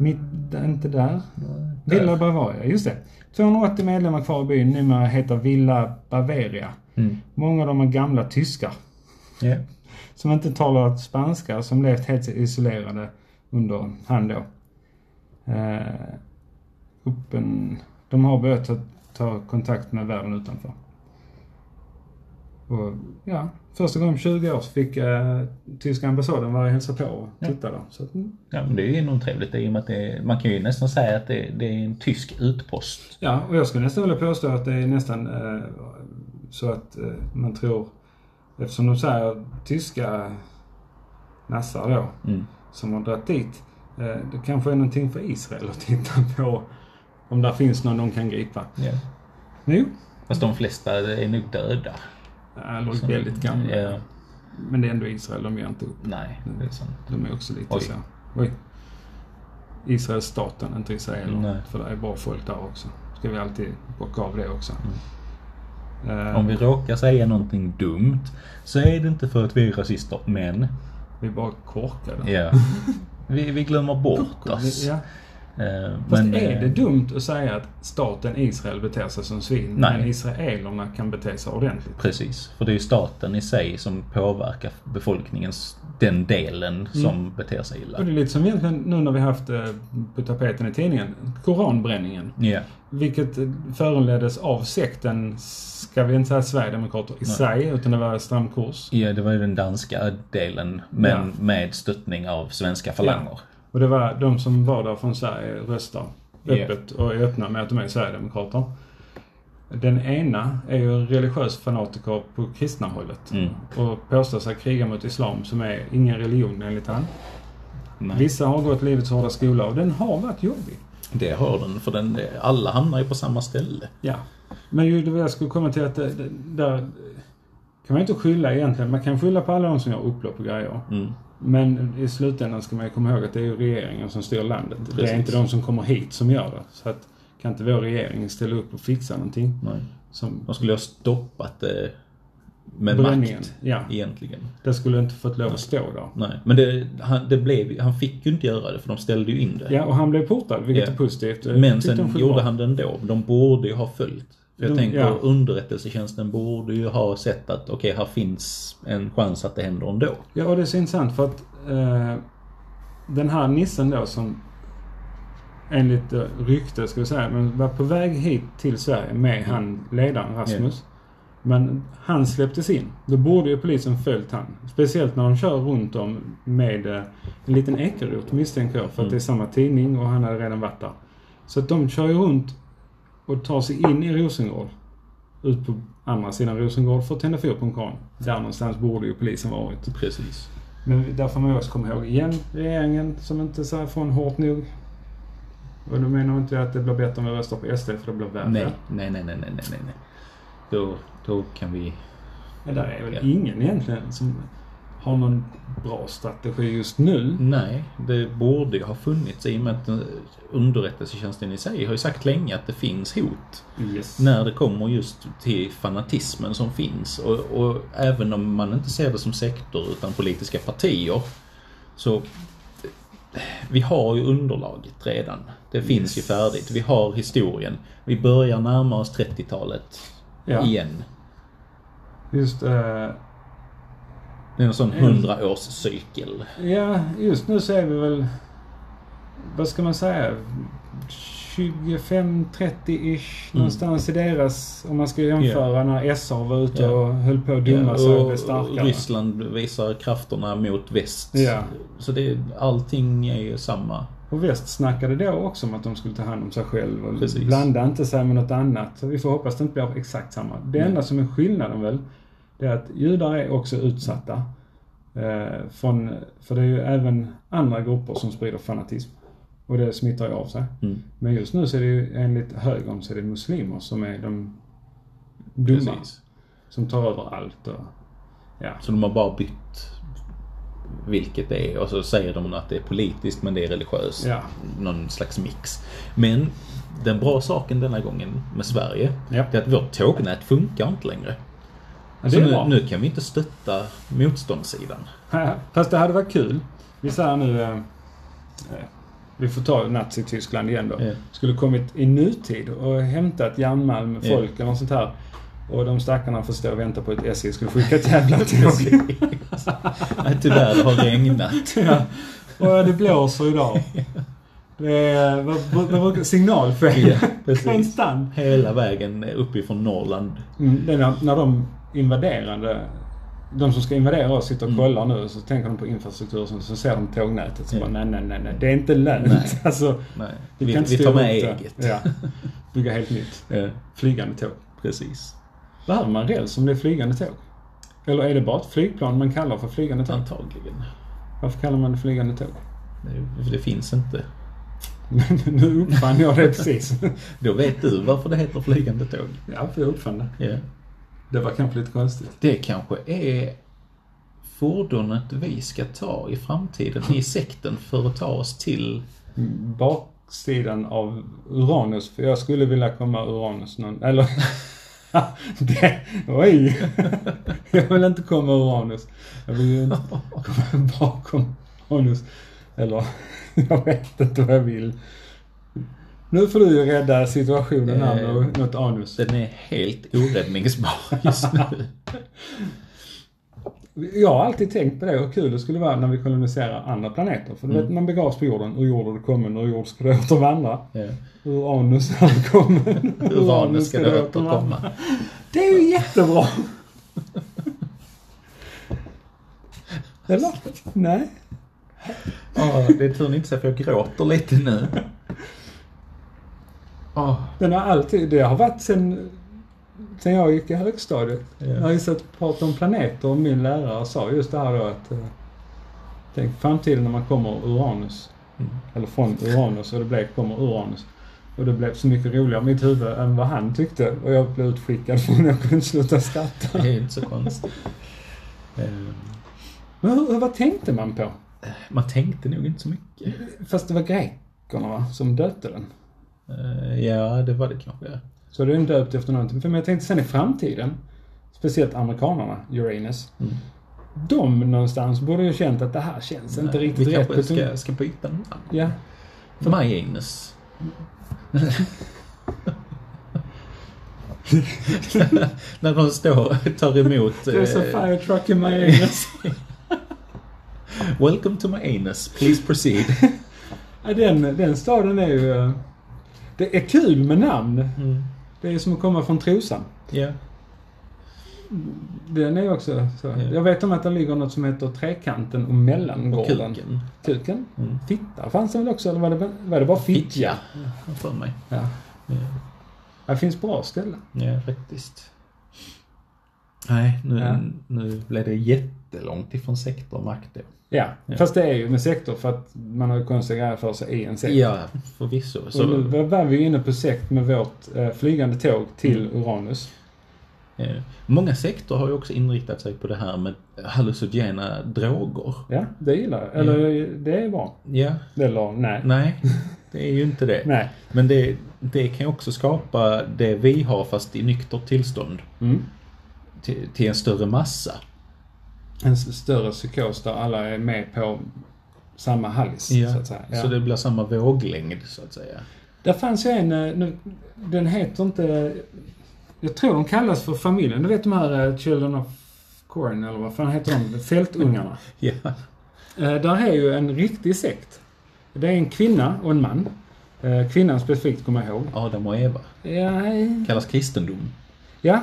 Speaker 1: Mitt, inte där.
Speaker 2: Där.
Speaker 1: Villa Bavaria, just det. 280 medlemmar kvar i byn. Numera heter Villa Bavaria.
Speaker 2: Mm.
Speaker 1: Många av dem är gamla tyskar
Speaker 2: Ja.
Speaker 1: som inte talar spanska, som levt helt isolerade under han då. Eh, uppen, de har börjat ta, ta kontakt med världen utanför. Och, ja, första gången på 20 år så fick eh, tyska ambassaden vara och hälsa på och titta där. Så att, mm.
Speaker 2: ja, men det är ju ändå trevligt i och med att det, man kan ju nästan säga att det, det är en tysk utpost.
Speaker 1: Ja, och jag skulle nästan vilja påstå att det är nästan eh, så att eh, man tror, eftersom de säger tyska nassar då,
Speaker 2: Mm.
Speaker 1: som har dragit dit. Eh, Det kanske är någonting för Israel att titta på. Om där finns någon de kan gripa.
Speaker 2: Ja.
Speaker 1: Men Jo, eh,
Speaker 2: Fast de flesta är nog döda.
Speaker 1: eller väldigt gamla.
Speaker 2: Alltså, Ja.
Speaker 1: Men det är ändå Israel, de ger inte upp.
Speaker 2: Nej, det är sant.
Speaker 1: De är också lite
Speaker 2: Oj.
Speaker 1: så. Oj. Israelstaten, inte Israel.
Speaker 2: Nej.
Speaker 1: För det är bra folk där också. Ska vi alltid bocka av det också. Eh,
Speaker 2: Mm. Om vi råkar säga någonting dumt så är det inte för att vi är rasister, men
Speaker 1: Vi bara korkade.
Speaker 2: ja. vi, vi glömmer bort oss.
Speaker 1: Ja.
Speaker 2: Eh,
Speaker 1: Fast
Speaker 2: men,
Speaker 1: är
Speaker 2: eh,
Speaker 1: det dumt att säga att staten Israel beter sig som svin?
Speaker 2: Nej.
Speaker 1: Men israelerna kan bete sig ordentligt.
Speaker 2: Precis, för det är ju staten i sig som påverkar befolkningens, den delen som beter sig illa.
Speaker 1: Mm. Och det är lite som egentligen nu när vi haft eh, på tapeten i tidningen, koranbränningen.
Speaker 2: Ja,
Speaker 1: Vilket eh, föranleddes av sekten, ska vi inte säga Sverigedemokrater i sig, utan det var stram kurs.
Speaker 2: ja, det var ju den danska delen, men
Speaker 1: Ja.
Speaker 2: med stöttning av svenska falanger.
Speaker 1: Och det var de som var där från Sverige röstar
Speaker 2: Ja.
Speaker 1: öppet och är öppna med att de är Sverigedemokrater. Den ena är ju religiös fanatiker på kristna hållet
Speaker 2: Mm.
Speaker 1: och påstår sig kriga mot islam som är ingen religion enligt han.
Speaker 2: Nej.
Speaker 1: Vissa har gått livets hårda skola och den har varit jobbig.
Speaker 2: Det har den, för den, alla hamnar ju på samma ställe.
Speaker 1: Ja. Men ju, det var jag skulle komma till att det, det, där kan man inte skylla egentligen. Man kan skylla på alla de som gör upplopp och grejer.
Speaker 2: Mm.
Speaker 1: Men i slutändan ska man ju komma ihåg att det är ju regeringen som styr landet. Det
Speaker 2: Precis.
Speaker 1: är inte de som kommer hit som gör det. Så att kan inte vår regering ställa upp och fixa någonting
Speaker 2: Nej.
Speaker 1: som
Speaker 2: De skulle ha stoppat det med
Speaker 1: bränningen?
Speaker 2: makt,
Speaker 1: Ja.
Speaker 2: egentligen.
Speaker 1: Det skulle inte fått lov att stå där.
Speaker 2: Nej, men det, han, det blev, han fick ju inte göra det, för de ställde ju in det.
Speaker 1: Ja, och han blev portad, vilket
Speaker 2: Ja.
Speaker 1: är positivt. Jag
Speaker 2: Men
Speaker 1: tyckte
Speaker 2: sen
Speaker 1: själv
Speaker 2: gjorde
Speaker 1: var-
Speaker 2: han det ändå. De borde ju ha följt. För jag
Speaker 1: De-
Speaker 2: tänker
Speaker 1: ja.
Speaker 2: underrättelsetjänsten borde ju ha sett att okej, här finns en chans att det händer ändå.
Speaker 1: Ja, och det är så intressant för att eh, den här nissen då som enligt eh, rykte, ska vi säga, men var på väg hit till Sverige med han ledaren Rasmus. Men han släpptes in. Då borde ju polisen följt han. Speciellt när de kör runt om med eh, en liten ekerot misstänker jag. För att det är samma tidning och han hade redan varit där. Så att de kör ju runt och tar sig in i Rosengård. Ut på andra sidan Rosengård för att tända fyr på en kran. Där någonstans borde ju polisen varit.
Speaker 2: Precis.
Speaker 1: Men där får man ju också komma ihåg igen regeringen som inte säger ifrån hårt nog. Och då menar inte jag att det blir bättre om vi röstar på SD för det blir värre.
Speaker 2: Nej, nej, nej, nej, nej, nej, nej. nej. Då, då kan vi...
Speaker 1: Men där är väl
Speaker 2: Ja.
Speaker 1: ingen egentligen som har någon bra strategi just nu.
Speaker 2: Nej, det borde ju ha funnits i och med att eh, underrättelsetjänsten i sig har ju sagt länge att det finns hot.
Speaker 1: Yes.
Speaker 2: När det kommer just till fanatismen som finns och, och även om man inte ser det som sektor utan politiska partier så eh, vi har ju underlaget redan. Det finns ju färdigt. Vi har historien. Vi börjar närma oss 30-talet
Speaker 1: Ja.
Speaker 2: igen.
Speaker 1: Just, eh,
Speaker 2: Det är en
Speaker 1: Mm.
Speaker 2: sån 100-årscykel.
Speaker 1: ja, just nu så är vi väl, vad ska man säga,
Speaker 2: Mm.
Speaker 1: 25-30-ish någonstans i deras, om man ska jämföra när SR var ute
Speaker 2: Ja.
Speaker 1: och höll på att dumma sig och blev starkare.
Speaker 2: och Ryssland visar krafterna mot väst.
Speaker 1: Ja.
Speaker 2: Så det, allting är ju samma.
Speaker 1: Och väst snackade då också om att de skulle ta hand om sig själv och
Speaker 2: Precis.
Speaker 1: blanda inte sig med något annat. Så vi får hoppas det inte blir exakt samma. Det
Speaker 2: Nej.
Speaker 1: enda som är skillnaden väl, det är att judar är också utsatta. Eh, från, för det är ju även andra grupper som sprider fanatism. Och det smittar ju av sig.
Speaker 2: Mm.
Speaker 1: Men just nu så är det ju enligt högern så är det muslimer som är de dumma.
Speaker 2: Precis.
Speaker 1: Som tar över allt och ja.
Speaker 2: Så de har bara bytt vilket det är och så säger de att det är politiskt men det är religiöst.
Speaker 1: Ja.
Speaker 2: Någon slags mix. Men den bra saken denna gången med Sverige,
Speaker 1: Ja.
Speaker 2: det är att vårt tågnät funkar inte längre.
Speaker 1: Ja,
Speaker 2: Så
Speaker 1: det är
Speaker 2: nu,
Speaker 1: bra.
Speaker 2: nu kan vi inte stötta motståndssidan.
Speaker 1: Fast det hade varit kul. Vi säger nu... Eh, eh, vi får ta Nazityskland igen då.
Speaker 2: Ja.
Speaker 1: Skulle kommit i nutid och hämtat järnmalm, folk
Speaker 2: Ja.
Speaker 1: eller något sånt här. Och de stackarna får stå och vänta på att SJ skulle skicka ett jävla tåg.
Speaker 2: Nej, Tyvärr, det har regnat.
Speaker 1: ja. Och det blåser idag. Det är, vad, vad, vad brukar, signalfel.
Speaker 2: Ja, precis.
Speaker 1: Konstant.
Speaker 2: Hela vägen uppifrån Norrland.
Speaker 1: Mm, det är när, när de invaderande, de som ska invadera oss sitter och
Speaker 2: Mm.
Speaker 1: kollar nu så tänker de på infrastruktur och så ser de tågnätet så
Speaker 2: Ja.
Speaker 1: bara nej, nej, nej, nej, det är inte lönt.
Speaker 2: Mm. Nej.
Speaker 1: Alltså,
Speaker 2: Nej,
Speaker 1: vi,
Speaker 2: vi,
Speaker 1: kan inte
Speaker 2: vi
Speaker 1: stå
Speaker 2: tar med
Speaker 1: emot det.
Speaker 2: eget.
Speaker 1: Ja. Bygga helt nytt.
Speaker 2: Eh,
Speaker 1: Flygande tåg.
Speaker 2: Precis.
Speaker 1: Behöver man räls om det är flygande tåg? Eller är det bara ett flygplan man kallar för flygande tåg?
Speaker 2: Antagligen.
Speaker 1: Varför kallar man det flygande tåg?
Speaker 2: Det, det finns inte.
Speaker 1: nu uppfann jag det precis.
Speaker 2: Då vet du varför det heter flygande tåg.
Speaker 1: ja, för jag uppfann det.
Speaker 2: Ja.
Speaker 1: Det var kanske lite konstigt.
Speaker 2: Det kanske är fordonet vi ska ta i framtiden i sekten för att ta oss till...
Speaker 1: baksidan av Uranus, för jag skulle vilja komma Uranus någon, eller... det, oj! jag vill inte komma Uranus. Jag vill ju inte komma bakom Uranus. Eller, jag vet inte vad jag vill. Nu får du ju rädda situationen här med något anus.
Speaker 2: Den är helt oräddningsbar just nu.
Speaker 1: Jag har alltid tänkt på det, hur kul det skulle vara när vi koloniserar andra planeter. För du vet, man begravs på jorden. Ur jord är du kommen, ur jord ska du återvandra.
Speaker 2: Ja.
Speaker 1: Ur anus är du kommen.
Speaker 2: Uranus ska det återkomma.
Speaker 1: Det är ju jättebra! Eller? Nej.
Speaker 2: Ja, det är tur ni inte ser för jag gråter lite nu. Oh,
Speaker 1: Den har alltid, det har varit sen, sen jag gick i högstadiet.
Speaker 2: Ja.
Speaker 1: Jag har ju sett prata om planeter och min lärare sa just det här då att eh, Tänk framtiden när man kommer ur Uranus.
Speaker 2: Mm.
Speaker 1: Eller från Uranus och det blev, kommer Uranus. Och det blev så mycket roligare i mitt huvud än vad han tyckte. Och jag blev utskickad från jag kunde inte sluta skratta.
Speaker 2: det är inte så konstigt. Eh,
Speaker 1: Men hur, vad tänkte man på?
Speaker 2: Man tänkte nog inte så mycket.
Speaker 1: Fast det var grekerna va, som döpte den.
Speaker 2: Eh, Ja, det var det kanske.
Speaker 1: Så det är den döpt efter någonting. För men jag tänkte sen i framtiden, speciellt amerikanerna, Uranus.
Speaker 2: Mm.
Speaker 1: De någonstans borde ju känt att det här känns inte riktigt
Speaker 2: Eh, Vi
Speaker 1: rätt.
Speaker 2: kanske
Speaker 1: på tungan.
Speaker 2: ska, ska byta namn.
Speaker 1: Ja.
Speaker 2: För mig är Agnes. När de står och tar emot...
Speaker 1: There's a
Speaker 2: eh,
Speaker 1: fire truck in my anus.
Speaker 2: Welcome to my anus, please proceed.
Speaker 1: ja, den, den staden är ju... eh, Det är kul med namn. Det är som att komma från Trosan.
Speaker 2: Ja.
Speaker 1: Den är också så. Jag vet om att det ligger något som heter Trekanten och Mellangården.
Speaker 2: Och kuken. Mm.
Speaker 1: Kuken? Fitta fanns det väl också? Eller var det, var det bara Fittja?
Speaker 2: har för mig.
Speaker 1: Ja.
Speaker 2: Ja,
Speaker 1: Det finns bra ställen.
Speaker 2: ja faktiskt. Nej, nu,
Speaker 1: Ja.
Speaker 2: nu blev det jättelångt ifrån sektor och makt då.
Speaker 1: Ja, fast det är ju med sektor för att man har ju konstiga grejer för sig i en sektor.
Speaker 2: Ja, förvisso.
Speaker 1: Så
Speaker 2: Så,
Speaker 1: nu var vi inne på sekt med vårt eh, flygande tåg till Uranus.
Speaker 2: eh, många sektor har ju också inriktat sig på det här med hallucinogena droger.
Speaker 1: Ja, det gillar jag. Eller det är bra.
Speaker 2: Ja,
Speaker 1: Eller Mm. nej.
Speaker 2: nej, det är ju inte det.
Speaker 1: Nej.
Speaker 2: Men det, det kan ju också skapa det vi har fast i nyktert tillstånd.
Speaker 1: Mm.
Speaker 2: Till, till en större massa.
Speaker 1: En s- större psykos där alla är med på samma hallis, så att säga. Ja.
Speaker 2: Så det blir samma våglängd så att säga.
Speaker 1: Där fanns ju en, eh, nu, den heter inte... Jag tror de kallas för familjen. Du vet de här eh, Children of Corn, eller vad fan heter de? Fältungarna.
Speaker 2: Ja.
Speaker 1: Eh, där är ju en riktig sekt. Det är en kvinna och en man. Eh, kvinnan specifikt kommer jag ihåg.
Speaker 2: Adam och Eva.
Speaker 1: Ja, eh,
Speaker 2: Kallas kristendom?
Speaker 1: ja,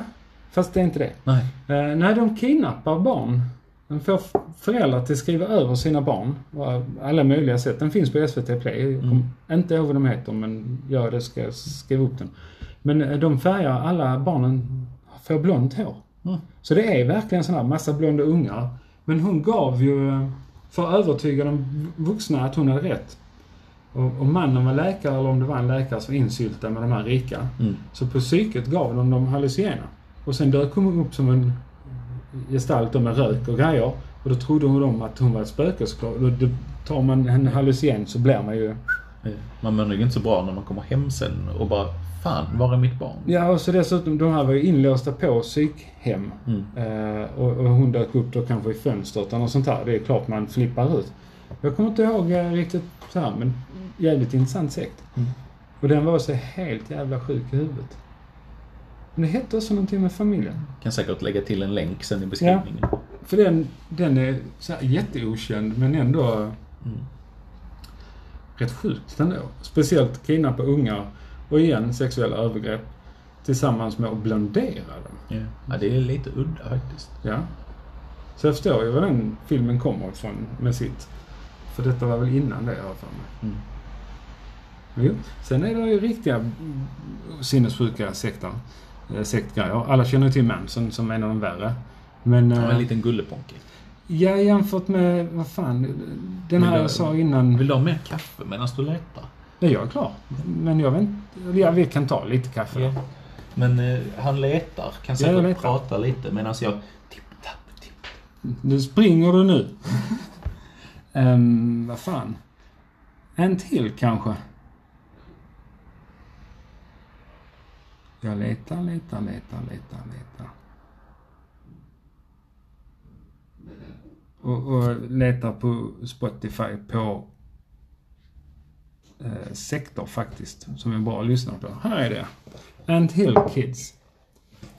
Speaker 1: fast det är inte det.
Speaker 2: Nej.
Speaker 1: Eh, när de kidnappar barn. De får f- föräldrar till att skriva över sina barn. och Alla möjliga sätt. Den finns på SVT Play. Jag kommer inte ihåg vad de heter men gör det ska jag skriva upp den. Men eh, de färgar alla barnen får blont hår.
Speaker 2: Mm.
Speaker 1: Så det är verkligen sån här massa blonda ungar. Men hon gav ju, eh, för att övertyga de vuxna att hon hade rätt. Och, och mannen var läkare eller om det var en läkare som var insyltad med de här rika.
Speaker 2: Mm.
Speaker 1: Så på psyket gav de dem hallucinogena. Och sen dök hon upp som en gestalt då med rök och grejer. Och då trodde hon om att hon var ett spöke såklart. Då- då Tar man en hallucinogen så blir man ju...
Speaker 2: Eh, Man mår nog inte så bra när man kommer hem sen och bara Fan, var är mitt barn?
Speaker 1: Ja, och så dessutom, de här var ju inlåsta på psykhem.
Speaker 2: Mm.
Speaker 1: Eh, och, och hon dök upp då kanske i fönstret eller något sånt där. Det är klart man flippar ut. Jag kommer inte ihåg eh, riktigt så här, men jävligt intressant sekt.
Speaker 2: Mm.
Speaker 1: Och den var så helt jävla sjuk i huvudet. Men det hette också någonting med familjen.
Speaker 2: Kan säkert lägga till en länk sen i beskrivningen.
Speaker 1: För den, den är så här jätteokänd men ändå
Speaker 2: Mm.
Speaker 1: rätt sjukt ändå. Speciellt kidnappa ungar och igen sexuella övergrepp tillsammans med att blondera dem.
Speaker 2: Ja. ja, det är lite udda faktiskt.
Speaker 1: Ja. Så jag förstår ju var den filmen kommer ifrån med sitt. För detta var väl innan det, har jag för mig.
Speaker 2: Mm.
Speaker 1: Jo. Sen är det ju riktiga mm, sinnessjuka sekter, eh, sektgrejer. Alla känner ju till Manson som är en av de värre. Men...
Speaker 2: Han var
Speaker 1: eh,
Speaker 2: en liten gulleponke.
Speaker 1: Ja, jämfört med, vad fan, den här
Speaker 2: Men då-
Speaker 1: jag sa innan.
Speaker 2: Vill du ha mer kaffe medan du letar?
Speaker 1: Nej, jag är klar. Men jag vet inte, ja, vi kan ta lite kaffe.
Speaker 2: Ja. Men eh, han letar. Kan
Speaker 1: Ja, jag
Speaker 2: säkert
Speaker 1: letar.
Speaker 2: prata lite medan jag... Tipp, tapp, tipp.
Speaker 1: Nu springer du nu. Ehm, vad fan. En till kanske. Jag letar, letar, letar, letar, letar. Och, och letar på Spotify på eh, Sektor faktiskt, som jag bara lyssnar på. Här är det. Ant Hill Kids.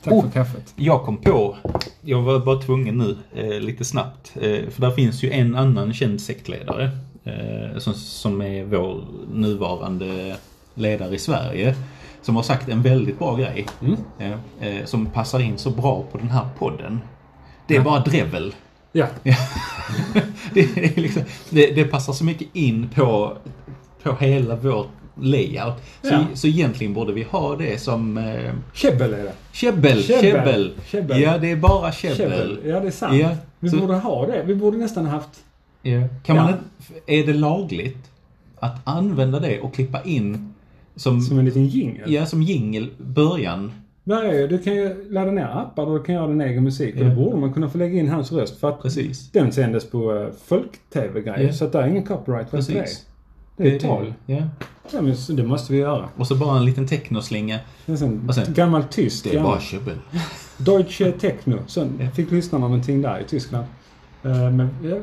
Speaker 1: Tack
Speaker 2: Oh.
Speaker 1: för kaffet.
Speaker 2: Jag kom på, jag var bara tvungen nu eh, lite snabbt, eh, för där finns ju en annan känd sektledare eh, som, som är vår nuvarande ledare i Sverige. Som har sagt en väldigt bra grej.
Speaker 1: Mm.
Speaker 2: Eh, eh, som passar in så bra på den här podden. Det är bara drevel.
Speaker 1: Ja,
Speaker 2: Det, det, är liksom, det, det passar så mycket in på, på hela vårt layout. Så,
Speaker 1: Ja.
Speaker 2: så egentligen borde vi ha det som eh,
Speaker 1: käbbel är det.
Speaker 2: Käbbel,
Speaker 1: Käbbel.
Speaker 2: käbbel.
Speaker 1: Käbbel.
Speaker 2: Ja, det är bara käbbel.
Speaker 1: Käbbel. Ja, det är sant.
Speaker 2: Ja,
Speaker 1: Vi
Speaker 2: så-
Speaker 1: borde ha det. Vi borde nästan haft...
Speaker 2: Ja. Kan
Speaker 1: Ja.
Speaker 2: man, är det lagligt att använda det och klippa in som,
Speaker 1: Som en liten jingel.
Speaker 2: ja, som jingel början?
Speaker 1: Där är ju- Du kan ju ladda ner appar och du kan göra din egen musik. Och
Speaker 2: Ja.
Speaker 1: då borde man kunna få lägga in hans röst. För att
Speaker 2: Precis.
Speaker 1: den sändes på eh, folk-tv-grejer.
Speaker 2: Ja.
Speaker 1: Så att där är ingen copyright på det.
Speaker 2: Precis.
Speaker 1: Det är ju tal.
Speaker 2: Ja.
Speaker 1: Ja, men så- det måste vi göra.
Speaker 2: Och så bara en liten technoslinga.
Speaker 1: Det är sån
Speaker 2: Och sen-
Speaker 1: gammal tysk.
Speaker 2: Det är
Speaker 1: gammal-
Speaker 2: bara käbbel.
Speaker 1: Deutsche Techno. Sen fick lyssnarna någonting där i Tyskland. Eh, Men ja,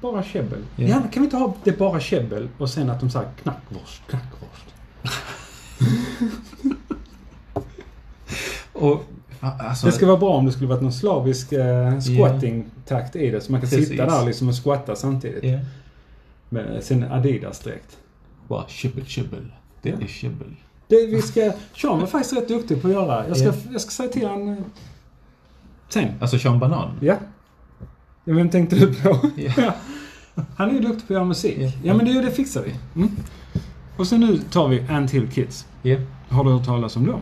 Speaker 1: bara käbbel.
Speaker 2: Ja.
Speaker 1: Ja, men kan vi inte ha det bara käbbel och sen att de säger knackwurst, knackwurst.
Speaker 2: Och, fan, alltså,
Speaker 1: Det skulle vara bra om det skulle varit någon slavisk eh, squatting-takt i det. Så man kan
Speaker 2: Precis.
Speaker 1: sitta där liksom och squatta samtidigt.
Speaker 2: ja.
Speaker 1: Med sin Adidas-dräkt.
Speaker 2: Bara käbbel, käbbel. Det är käbbel.
Speaker 1: Det vi ska... Sean var faktiskt rätt duktig på att göra. Jag ska,
Speaker 2: Ja.
Speaker 1: jag ska säga till han... eh, Sen.
Speaker 2: Alltså Sean Banan?
Speaker 1: Ja. ja vem tänkte du på? Ja. Han är ju duktig på att göra musik.
Speaker 2: Ja.
Speaker 1: Ja, men det, det fixar vi. Mm. Och sen nu tar vi Ant Hill Kids.
Speaker 2: Ja.
Speaker 1: Har du hört talas om dem?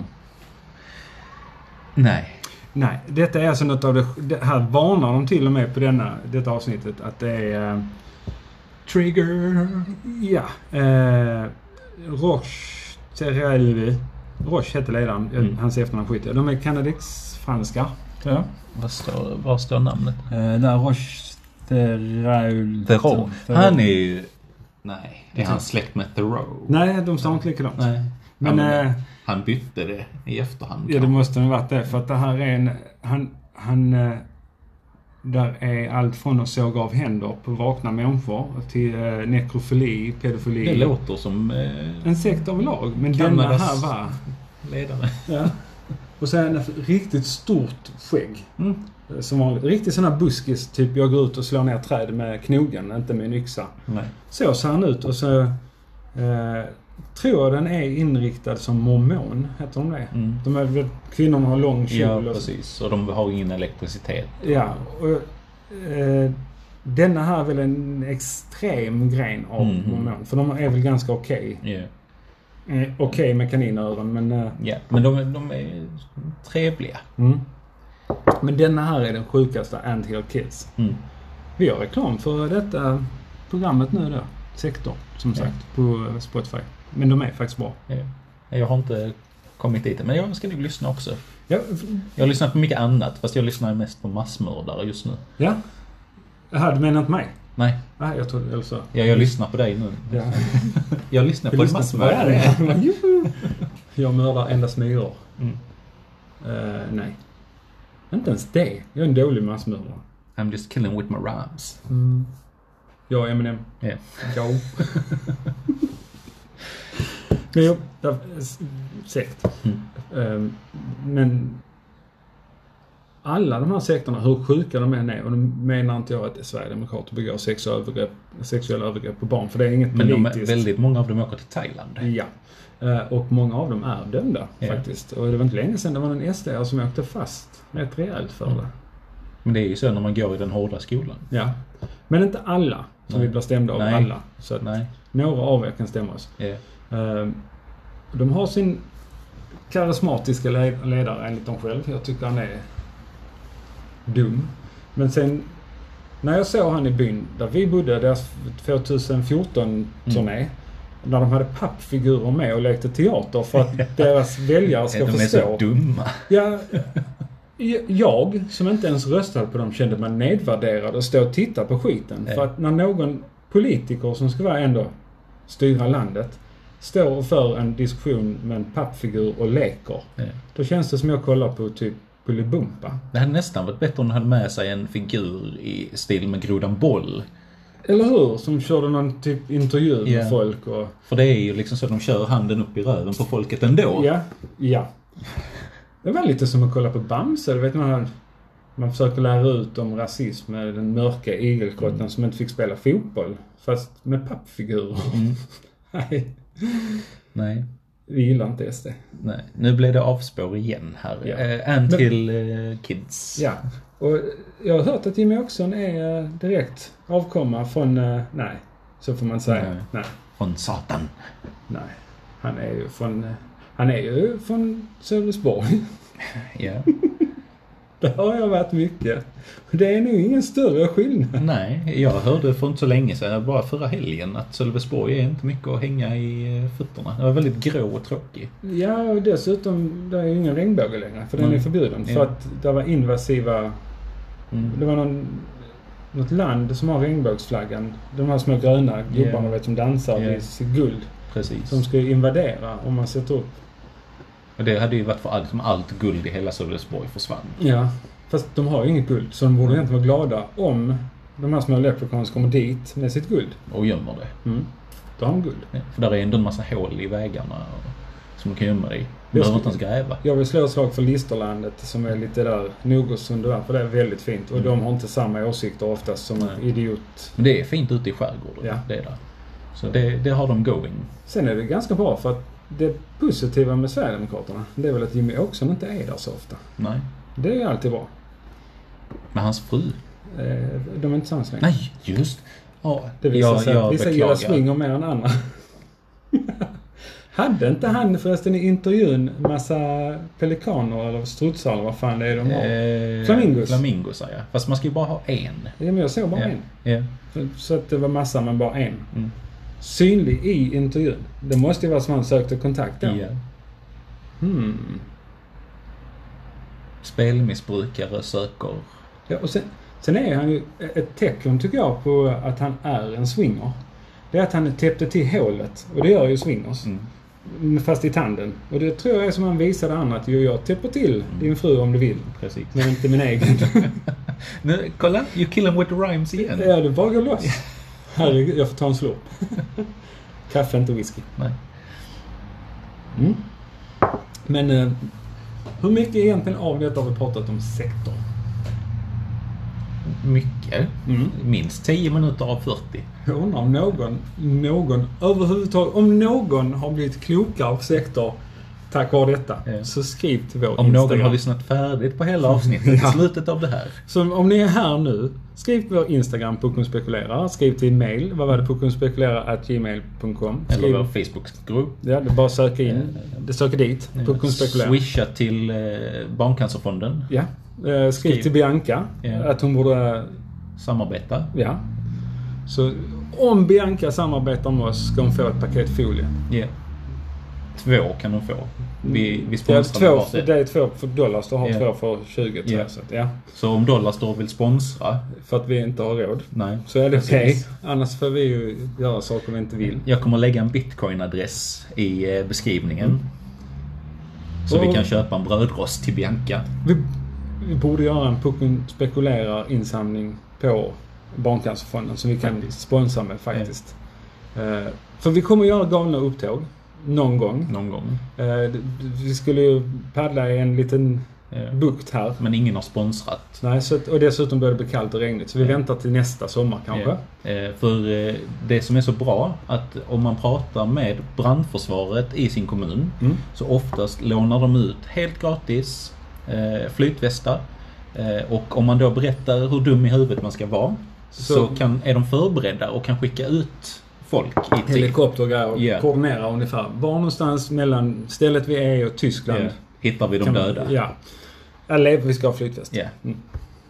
Speaker 2: Nej.
Speaker 1: Nej, detta är alltså något av det... det här varnar de till och med på denna, detta avsnittet att det är... eh,
Speaker 2: Trigger.
Speaker 1: Ja. Eh, Roche Terrelli. Roche hette ledaren. eh,
Speaker 2: Mm.
Speaker 1: Hans efternamn skiter jag i. De är kanadensisk-franska. Ja.
Speaker 2: Vad står, var står namnet?
Speaker 3: Eh, där Roche... Theroux.
Speaker 2: Theroux. Han är ju... Nej. Är han släkt med Theroux?
Speaker 1: Nej, de står inte likadant.
Speaker 2: Nej.
Speaker 1: Men...
Speaker 2: Ja, men-
Speaker 1: Eh,
Speaker 2: Han bytte det i efterhand.
Speaker 1: Ja, det
Speaker 2: kanske.
Speaker 1: måste ha varit det. För att det här är en... Han... han eh, där är allt från att såga av händer på vakna människor till eh, nekrofili, pedofili.
Speaker 2: det låter som eh,
Speaker 1: En sekt av lag. Men denna
Speaker 2: Kanadas-
Speaker 1: här var...
Speaker 2: ledare.
Speaker 1: Ja. Och sen ett riktigt stort skägg.
Speaker 2: Mm.
Speaker 1: Eh, Som vanligt. Riktigt sån här buskis, typ jag går ut och slår ner träd med knogen, inte med en yxa.
Speaker 2: Nej.
Speaker 1: Så ser han ut och så... Eh, tror jag den är inriktad som mormon, heter de det?
Speaker 2: Mm.
Speaker 1: De är, väl- kvinnorna har lång kjol
Speaker 2: Ja,
Speaker 1: och så.
Speaker 2: precis. Och de har ingen elektricitet.
Speaker 1: Ja, och, eh, denna här är väl en extrem gren av
Speaker 2: Mhm.
Speaker 1: mormon. För de är väl ganska okej.
Speaker 2: Ja.
Speaker 1: Eh, okej med kaninöron men... Eh,
Speaker 2: Ja, men de, de är trevliga.
Speaker 1: mm. Men denna här är den sjukaste Ant Hill Kids.
Speaker 2: Mm.
Speaker 1: Vi gör reklam för detta programmet nu då. Sektor, som sagt, på eh, Spotify. Men de är faktiskt bra.
Speaker 2: Ja. Jag har inte kommit dit än, men jag ska nog lyssna också.
Speaker 1: Ja,
Speaker 2: Jag har lyssnat på mycket annat, fast jag lyssnar mest på massmördare just nu.
Speaker 1: ja. Jaha, du menar inte mig?
Speaker 2: Nej,
Speaker 1: Nej, jag trodde... Eller så.
Speaker 2: jag, jag lyssnar på dig nu.
Speaker 1: Ja.
Speaker 2: Jag lyssnar på en massmördare.
Speaker 1: Massmördare. jag mördar endast myror.
Speaker 2: Mm.
Speaker 1: Eh, nej. Inte ens det. Jag är en dålig massmördare.
Speaker 2: I'm just killing with my rhymes.
Speaker 1: Jag är Eminem.
Speaker 2: Ja.
Speaker 1: Jo. Men jo, där, s- sekt.
Speaker 2: Mm.
Speaker 1: Ehm, men alla de här sekterna, hur sjuka de än är, och nu menar inte jag att Sverigedemokrater begår sexuella övergrepp, sexuella övergrepp på barn, för det är inget
Speaker 2: Men de, är-
Speaker 1: politiskt.
Speaker 2: väldigt många av dem åker till Thailand.
Speaker 1: Ja. Eh, Och många av dem är dömda
Speaker 2: Ja.
Speaker 1: faktiskt. Och det var inte länge sedan det var en sd som åkte fast rätt rejält för
Speaker 2: Mm.
Speaker 1: det.
Speaker 2: Men det är ju så när man går i den hårda skolan.
Speaker 1: Ja. Men inte alla. Så
Speaker 2: Nej.
Speaker 1: vi blir stämda av
Speaker 2: Nej.
Speaker 1: alla. Så att
Speaker 2: Nej.
Speaker 1: några av er kan stämma oss.
Speaker 2: Ja.
Speaker 1: Eh, De har sin karismatiska le- ledare enligt dem själv. Jag tycker han är dum. Men sen när jag såg han i byn där vi bodde, deras 2014-turné.
Speaker 2: Mm.
Speaker 1: När de hade pappfigurer med och lekte teater för att deras väljare ska
Speaker 2: De är så
Speaker 1: förstå.
Speaker 2: dumma.
Speaker 1: Ja, j- jag som inte ens röstade på dem kände mig nedvärderad och stå och titta på skiten.
Speaker 2: Ja.
Speaker 1: För att när någon politiker som ska vara ändå styra landet står och för en diskussion med en pappfigur och leker.
Speaker 2: Ja.
Speaker 1: Då känns det som jag kollar på typ Bolibompa.
Speaker 2: Det hade nästan varit bättre om de hade med sig en figur i stil med Grodan Boll.
Speaker 1: Eller hur? Som körde någon typ intervju med
Speaker 2: Ja.
Speaker 1: folk och...
Speaker 2: För det är ju liksom så de kör handen upp i röven på folket ändå.
Speaker 1: Ja, ja. Det var lite som att kolla på Bamse. Du vet man, man försöker lära ut om rasism med den mörka igelkotten
Speaker 2: Mm.
Speaker 1: som inte fick spela fotboll. Fast med pappfigurer.
Speaker 2: Mm.
Speaker 1: Nej,
Speaker 2: Nej.
Speaker 1: vi gillar inte SD.
Speaker 2: Nej. Nu blev det avspår igen här.
Speaker 1: Ja.
Speaker 2: Eh, and
Speaker 1: Men-
Speaker 2: till eh, kids.
Speaker 1: Ja, och jag har hört att Jimmy Åkesson är eh, direkt avkomma från... eh, Nej, så får man säga.
Speaker 2: Nej.
Speaker 1: Nej, nej.
Speaker 2: Från Satan.
Speaker 1: Han är ju från... eh, Han är ju från Sölvesborg.
Speaker 2: Ja.
Speaker 1: Där har jag varit mycket. Det är nog ingen större skillnad.
Speaker 2: Nej, jag hörde för inte så länge sedan, bara förra helgen, att Sölvesborg är inte mycket att hänga i eh, fötterna. Den var väldigt grå och tråkig.
Speaker 1: Ja, och dessutom, det är ju ingen regnbåge längre, för den
Speaker 2: Nej.
Speaker 1: är förbjuden.
Speaker 2: Ja.
Speaker 1: För att det var invasiva... Det var någon, något land som har regnbågsflaggan. De här små gröna gubbarna
Speaker 2: Ja.
Speaker 1: vet, som dansar
Speaker 2: Ja.
Speaker 1: i sitt guld.
Speaker 2: Precis.
Speaker 1: Som ska invadera om man sätter upp...
Speaker 2: Och det hade ju varit för allt, om allt guld i hela Sölvesborg försvann.
Speaker 1: Ja, fast de har ju inget guld, så de borde egentligen vara glada om de här små leprechauns kommer dit med sitt guld.
Speaker 2: Och gömmer det.
Speaker 1: Mm. Då har de guld.
Speaker 2: Ja, för där är ändå en massa hål i vägarna och, som du kan gömma dig i. Du
Speaker 1: Jag
Speaker 2: behöver
Speaker 1: skulle-
Speaker 2: inte ens gräva.
Speaker 1: Jag vill slå ett slag för Listerlandet som är lite där Nogersund och där, för det är väldigt fint. Och de har inte samma åsikter oftast som
Speaker 2: Mm. Nej.
Speaker 1: idiot
Speaker 2: Men det är fint ute i skärgården.
Speaker 1: Ja.
Speaker 2: Det är där. Så det, det har de going.
Speaker 1: Sen är det ganska bra för att det positiva med Sverigedemokraterna, det är väl att Jimmy Åkesson inte är där så ofta.
Speaker 2: Nej.
Speaker 1: Det är ju alltid bra.
Speaker 2: Med hans fru?
Speaker 1: Eh, De är inte sams längre.
Speaker 2: Nej, just ja,
Speaker 1: Det visar sig
Speaker 2: jag
Speaker 1: att vissa gillar swinger mer än andra. Hade inte han förresten i intervjun massa pelikaner eller strutsar eller vad fan det är de har?
Speaker 2: Eh,
Speaker 1: Flamingos.
Speaker 2: Flamingos, ja. Fast man ska ju bara ha en.
Speaker 1: Ja, men jag såg bara
Speaker 2: Ja.
Speaker 1: en.
Speaker 2: Ja.
Speaker 1: Så att det var massa men bara en.
Speaker 2: Mm.
Speaker 1: Synlig i intervjun. Det måste ju vara som han sökte kontakt då.
Speaker 2: Ja.
Speaker 1: Hmm.
Speaker 2: Spelmissbrukare söker...
Speaker 1: Ja, och sen, sen är han ju ett tecken tycker jag på att han är en swinger. Det är att han täppte till hålet och det gör ju swingers. Men Fast i tanden. Och det tror jag är som han visade andra att jo, jag täpper till din fru om du vill.
Speaker 2: Precis.
Speaker 1: Men inte min egen.
Speaker 2: Nu, kolla! You kill him with the rhymes igen.
Speaker 1: ja, du bara går loss. Herregud, jag får ta en slurp. Kaffe, inte whisky.
Speaker 2: Nej.
Speaker 1: Mm. Men eh, hur mycket egentligen av detta har vi pratat om sektor?
Speaker 2: Mycket.
Speaker 1: Mm.
Speaker 2: Minst 10 minuter av 40.
Speaker 1: Jag undrar om någon, någon överhuvudtaget, om någon har blivit klokare av sektor tack vare detta.
Speaker 2: Ja.
Speaker 1: Så skriv till vår
Speaker 2: Om någon
Speaker 1: Instagram.
Speaker 2: har lyssnat färdigt på hela avsnittet i
Speaker 1: Ja.
Speaker 2: slutet av det här.
Speaker 1: Så om ni är här nu, skriv på vår Instagram, Puckon Spekulerar. Skriv till mail, vad var det? Puckonspekulerar.gmail.com.
Speaker 2: Eller
Speaker 1: Skriv-
Speaker 2: vår Facebookgrupp.
Speaker 1: Ja, det är bara att söka in. Det söker dit. Puckon Spekulerar.
Speaker 2: Swisha till eh, Barncancerfonden.
Speaker 1: Ja. Eh, Skriv till Bianca
Speaker 2: Ja.
Speaker 1: att hon borde
Speaker 2: Samarbeta.
Speaker 1: Ja. Så om Bianca samarbetar med oss ska hon få ett paket folie.
Speaker 2: Ja. Två kan de få. Vi, vi
Speaker 1: Det är,
Speaker 2: sponsrar med
Speaker 1: två,
Speaker 2: varsitt.
Speaker 1: det är två för dollars, du har
Speaker 2: Ja.
Speaker 1: två för 20 tror
Speaker 2: Ja.
Speaker 1: jag. Så att, ja.
Speaker 2: Så om Dollarstore vill sponsra?
Speaker 1: För att vi inte har råd.
Speaker 2: Nej.
Speaker 1: Så är det okej.
Speaker 2: Precis.
Speaker 1: Annars får vi ju göra saker vi inte vill.
Speaker 2: Jag kommer lägga en bitcoin-adress i eh, beskrivningen. Så vi
Speaker 1: Och-
Speaker 2: kan köpa en brödrost till Bianca.
Speaker 1: Vi, vi borde göra en Puckon spekulerar insamling på Barncancerfonden som vi kan sponsra med faktiskt. Eh, för vi kommer göra galna upptåg. Någon gång.
Speaker 2: Någon gång.
Speaker 1: Eh, d- d- vi skulle ju paddla i en liten
Speaker 2: Ja.
Speaker 1: bukt här.
Speaker 2: Men ingen har sponsrat.
Speaker 1: Nej, så att, och dessutom börjar det bli kallt och regnigt. Så vi väntar till nästa sommar kanske.
Speaker 2: Eh, För eh, det som är så bra att om man pratar med brandförsvaret i sin kommun
Speaker 1: Mm.
Speaker 2: så oftast lånar de ut helt gratis eh, flytvästar. Eh, Och om man då berättar hur dum i huvudet man ska vara så,
Speaker 1: Så-
Speaker 2: kan, är de förberedda och kan skicka ut folk i tid.
Speaker 1: Helikoptergrejer och
Speaker 2: Ja.
Speaker 1: koordinera ungefär. Var någonstans mellan stället vi är och Tyskland.
Speaker 2: Eh, Hittar vi de
Speaker 1: Kan man-
Speaker 2: döda.
Speaker 1: Ja. Eller vi ska ha flytväst.
Speaker 2: Ja.
Speaker 1: Mm.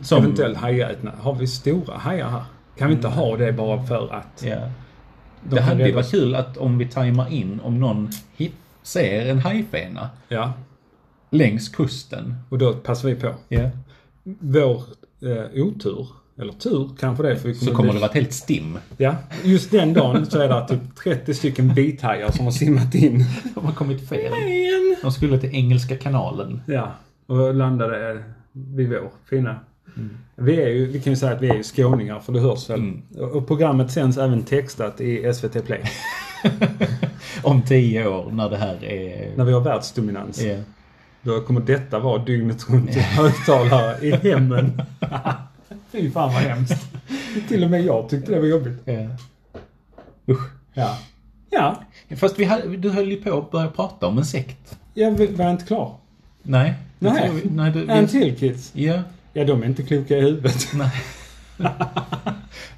Speaker 2: Som,
Speaker 1: Eventuellt hajötna. Har vi stora hajar här? Kan vi inte ha det bara för att?
Speaker 2: Ja.
Speaker 1: de
Speaker 2: Det
Speaker 1: kan
Speaker 2: hade ju
Speaker 1: rädda
Speaker 2: varit
Speaker 1: oss?
Speaker 2: kul att om vi tajmar in om någon hit, ser en hajfena
Speaker 1: Ja,
Speaker 2: längs kusten.
Speaker 1: och då passar vi på.
Speaker 2: Ja.
Speaker 1: Vår eh, otur, eller tur kanske det är, för vi
Speaker 2: Så kommer det vara ett helt stim.
Speaker 1: Ja, just den dagen så är det typ 30 stycken vithajar som har simmat in.
Speaker 2: De har kommit fel. De skulle till Engelska kanalen.
Speaker 1: Ja, och landade vid vår fina... Mm. Vi, är ju, vi kan ju säga att vi är ju skåningar för det hörs väl. Och och programmet sänds även textat i SVT Play.
Speaker 2: Om tio år när det här är...
Speaker 1: När vi har världsdominans.
Speaker 2: Ja.
Speaker 1: Då kommer detta vara dygnet runt i högtalare i hemmen. Fy fan vad hemskt. Till och med jag tyckte det var jobbigt.
Speaker 2: Ja. Usch.
Speaker 1: Ja. Ja,
Speaker 2: Fast vi hade, du höll ju på att börja prata om en sekt.
Speaker 1: jag var inte klar.
Speaker 2: Nej. det
Speaker 1: Nej.
Speaker 2: tror vi- Nej typ. du,
Speaker 1: En
Speaker 2: vi,
Speaker 1: till kids.
Speaker 2: ja.
Speaker 1: Ja, de är inte kloka i huvudet.
Speaker 2: Nej.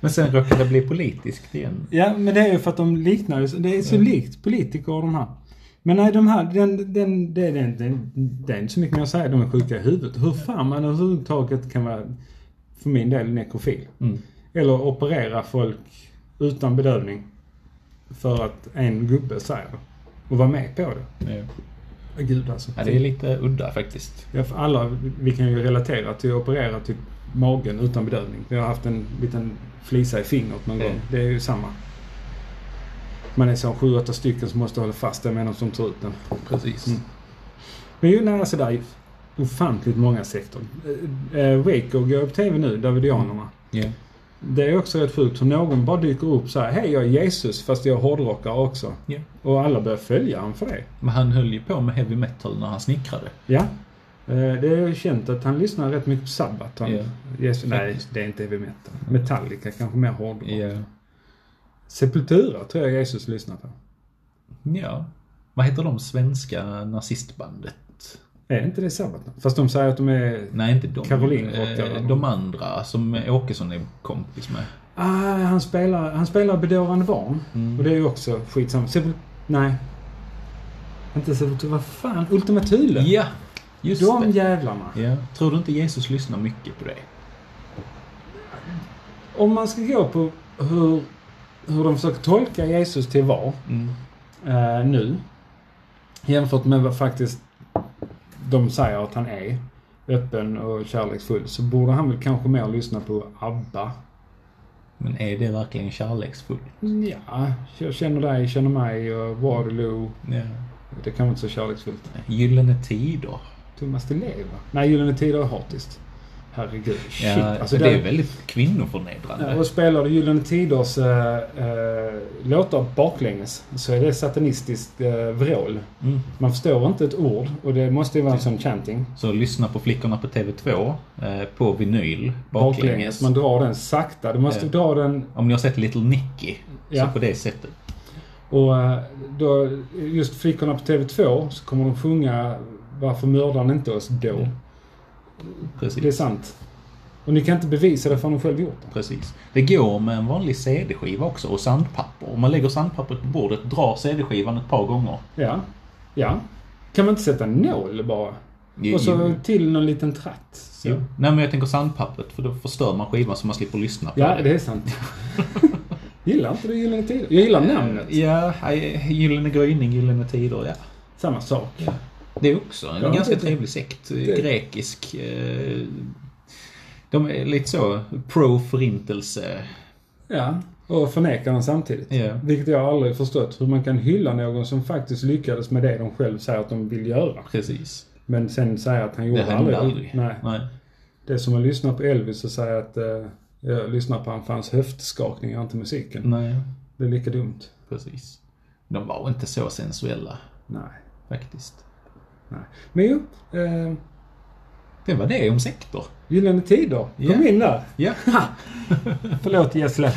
Speaker 2: Men sen råkade det bli politiskt igen.
Speaker 1: Ja, men det är ju för att de liknar ju. Det är så likt politiker och de här. Men nej, de här, den, den, det, den, den, det är inte så mycket mer att säga. De är sjuka i huvudet. Hur fan man överhuvudtaget kan vara, för min del, nekrofil.
Speaker 2: Mm.
Speaker 1: Eller operera folk utan bedövning. För att en gubbe säger det. Och vara med på det.
Speaker 2: Ja.
Speaker 1: Gud alltså.
Speaker 2: Ja, det är lite udda faktiskt.
Speaker 1: Ja, för alla, vi kan ju relatera till att operera typ magen utan bedövning. Vi har haft en liten flisa i fingret någon
Speaker 2: Mm.
Speaker 1: gång. Det är ju samma. Man är så sju, åtta stycken som måste hålla fast den medan de tar ut den.
Speaker 2: Precis.
Speaker 1: Men ju nära sådär ofantligt många sektor. Eh, eh, Waco går upp TV nu, Davidianerna.
Speaker 2: Ja.
Speaker 1: Det är också rätt sjukt hur någon bara dyker upp så här. Hej, jag är Jesus fast jag är hårdrockare också.
Speaker 2: Ja.
Speaker 1: Och alla börjar följa honom för det.
Speaker 2: Men han höll ju på med heavy metal när han snickrade.
Speaker 1: Ja. Eh, Det är ju känt att han lyssnar rätt mycket på Sabbath. Han,
Speaker 2: Ja.
Speaker 1: Jesus, nej, det är inte heavy metal. Metallica kanske mer hårdrock.
Speaker 2: Ja.
Speaker 1: Sepultura tror jag Jesus lyssnar på.
Speaker 2: Ja. Vad heter de svenska nazistbandet?
Speaker 1: Är inte det sabbat? Fast de säger att de är...
Speaker 2: Nej, inte de.
Speaker 1: Caroline rockar.
Speaker 2: eh, de andra som Åkesson är kompis med.
Speaker 1: Ah, han spelar, han spelar bedårande van.
Speaker 2: Mm.
Speaker 1: Och det är ju också skitsamma. Sepul... Nej. Inte Sepultura. Vad fan? Ultima Thule?
Speaker 2: Ja, just
Speaker 1: De
Speaker 2: det.
Speaker 1: jävlarna.
Speaker 2: Ja. Tror du inte Jesus lyssnar mycket på det?
Speaker 1: Om man ska gå på hur, hur de försöker tolka Jesus till var
Speaker 2: Mm.
Speaker 1: eh, nu. Jämfört med vad faktiskt de säger att han är. Öppen och kärleksfull. Så borde han väl kanske mer lyssna på ABBA.
Speaker 2: Men är det verkligen kärleksfullt?
Speaker 1: Ja, jag känner dig, känner mig och Waterloo.
Speaker 2: Ja.
Speaker 1: Det kan vara inte så kärleksfullt.
Speaker 2: Gyllene tider.
Speaker 1: Thomas Di Leva? Nej, Gyllene Tider är hatiskt. Herregud. Shit.
Speaker 2: Ja,
Speaker 1: alltså,
Speaker 2: det är
Speaker 1: den-
Speaker 2: väldigt kvinnoförnedrande.
Speaker 1: Och spelade Gyllene Tiders äh, äh, låtar baklänges så är det satanistiskt äh, vrål.
Speaker 2: Mm.
Speaker 1: Man förstår inte ett ord och det måste ju vara en sån chanting.
Speaker 2: Så lyssna på flickorna på TV2 eh, på vinyl baklänges.
Speaker 1: Baklänges. Man drar den sakta. Du måste
Speaker 2: Ja.
Speaker 1: dra den
Speaker 2: Om ni har sett Little Nicky,
Speaker 1: Ja.
Speaker 2: så på det sättet.
Speaker 1: och äh, då, just flickorna på TV2 så kommer de sjunga Varför mördar ni inte oss då?
Speaker 2: Mm. Precis.
Speaker 1: Det är sant. Och ni kan inte bevisa det förrän de själv gjort det.
Speaker 2: Precis. Det går med en vanlig CD-skiva också och sandpapper. Om man lägger sandpappret på bordet, drar CD-skivan ett par gånger.
Speaker 1: Ja. Ja. Kan man inte sätta en nål bara?
Speaker 2: Jo,
Speaker 1: Och så
Speaker 2: jo.
Speaker 1: till någon liten tratt. Så.
Speaker 2: Jo. Nej men jag tänker sandpappret, för då förstör man skivan så man slipper lyssna på
Speaker 1: Ja, det är sant. gillar inte du Gyllene Tider? Jag gillar namnet.
Speaker 2: Ja, eh, Gyllene Gryning, Gyllene Tider, ja.
Speaker 1: Samma sak.
Speaker 2: Det är också en
Speaker 1: Ja,
Speaker 2: ganska
Speaker 1: det-
Speaker 2: trevlig sekt. eh,
Speaker 1: det-
Speaker 2: Grekisk. eh, De är lite så pro-förintelse.
Speaker 1: Ja. Och förnekar den samtidigt.
Speaker 2: Ja.
Speaker 1: Vilket jag aldrig förstått. Hur man kan hylla någon som faktiskt lyckades med det de själv säger att de vill göra.
Speaker 2: Precis.
Speaker 1: Men sen säger att han
Speaker 2: Det
Speaker 1: gjorde
Speaker 2: hände
Speaker 1: aldrig
Speaker 2: aldrig.
Speaker 1: det. Nej. Det är som att lyssna på Elvis och säga att eh, jag lyssnar på han för hans höftskakningar, inte musiken.
Speaker 2: Nej,
Speaker 1: Det är lika dumt.
Speaker 2: precis. De var inte så sensuella,
Speaker 1: Nej.
Speaker 2: faktiskt.
Speaker 1: Nej. Men jo. Eh,
Speaker 2: Det var det om sektor.
Speaker 1: Gyllene Tider. Kom
Speaker 2: Ja.
Speaker 1: in där.
Speaker 2: Ja.
Speaker 1: Förlåt Gessle.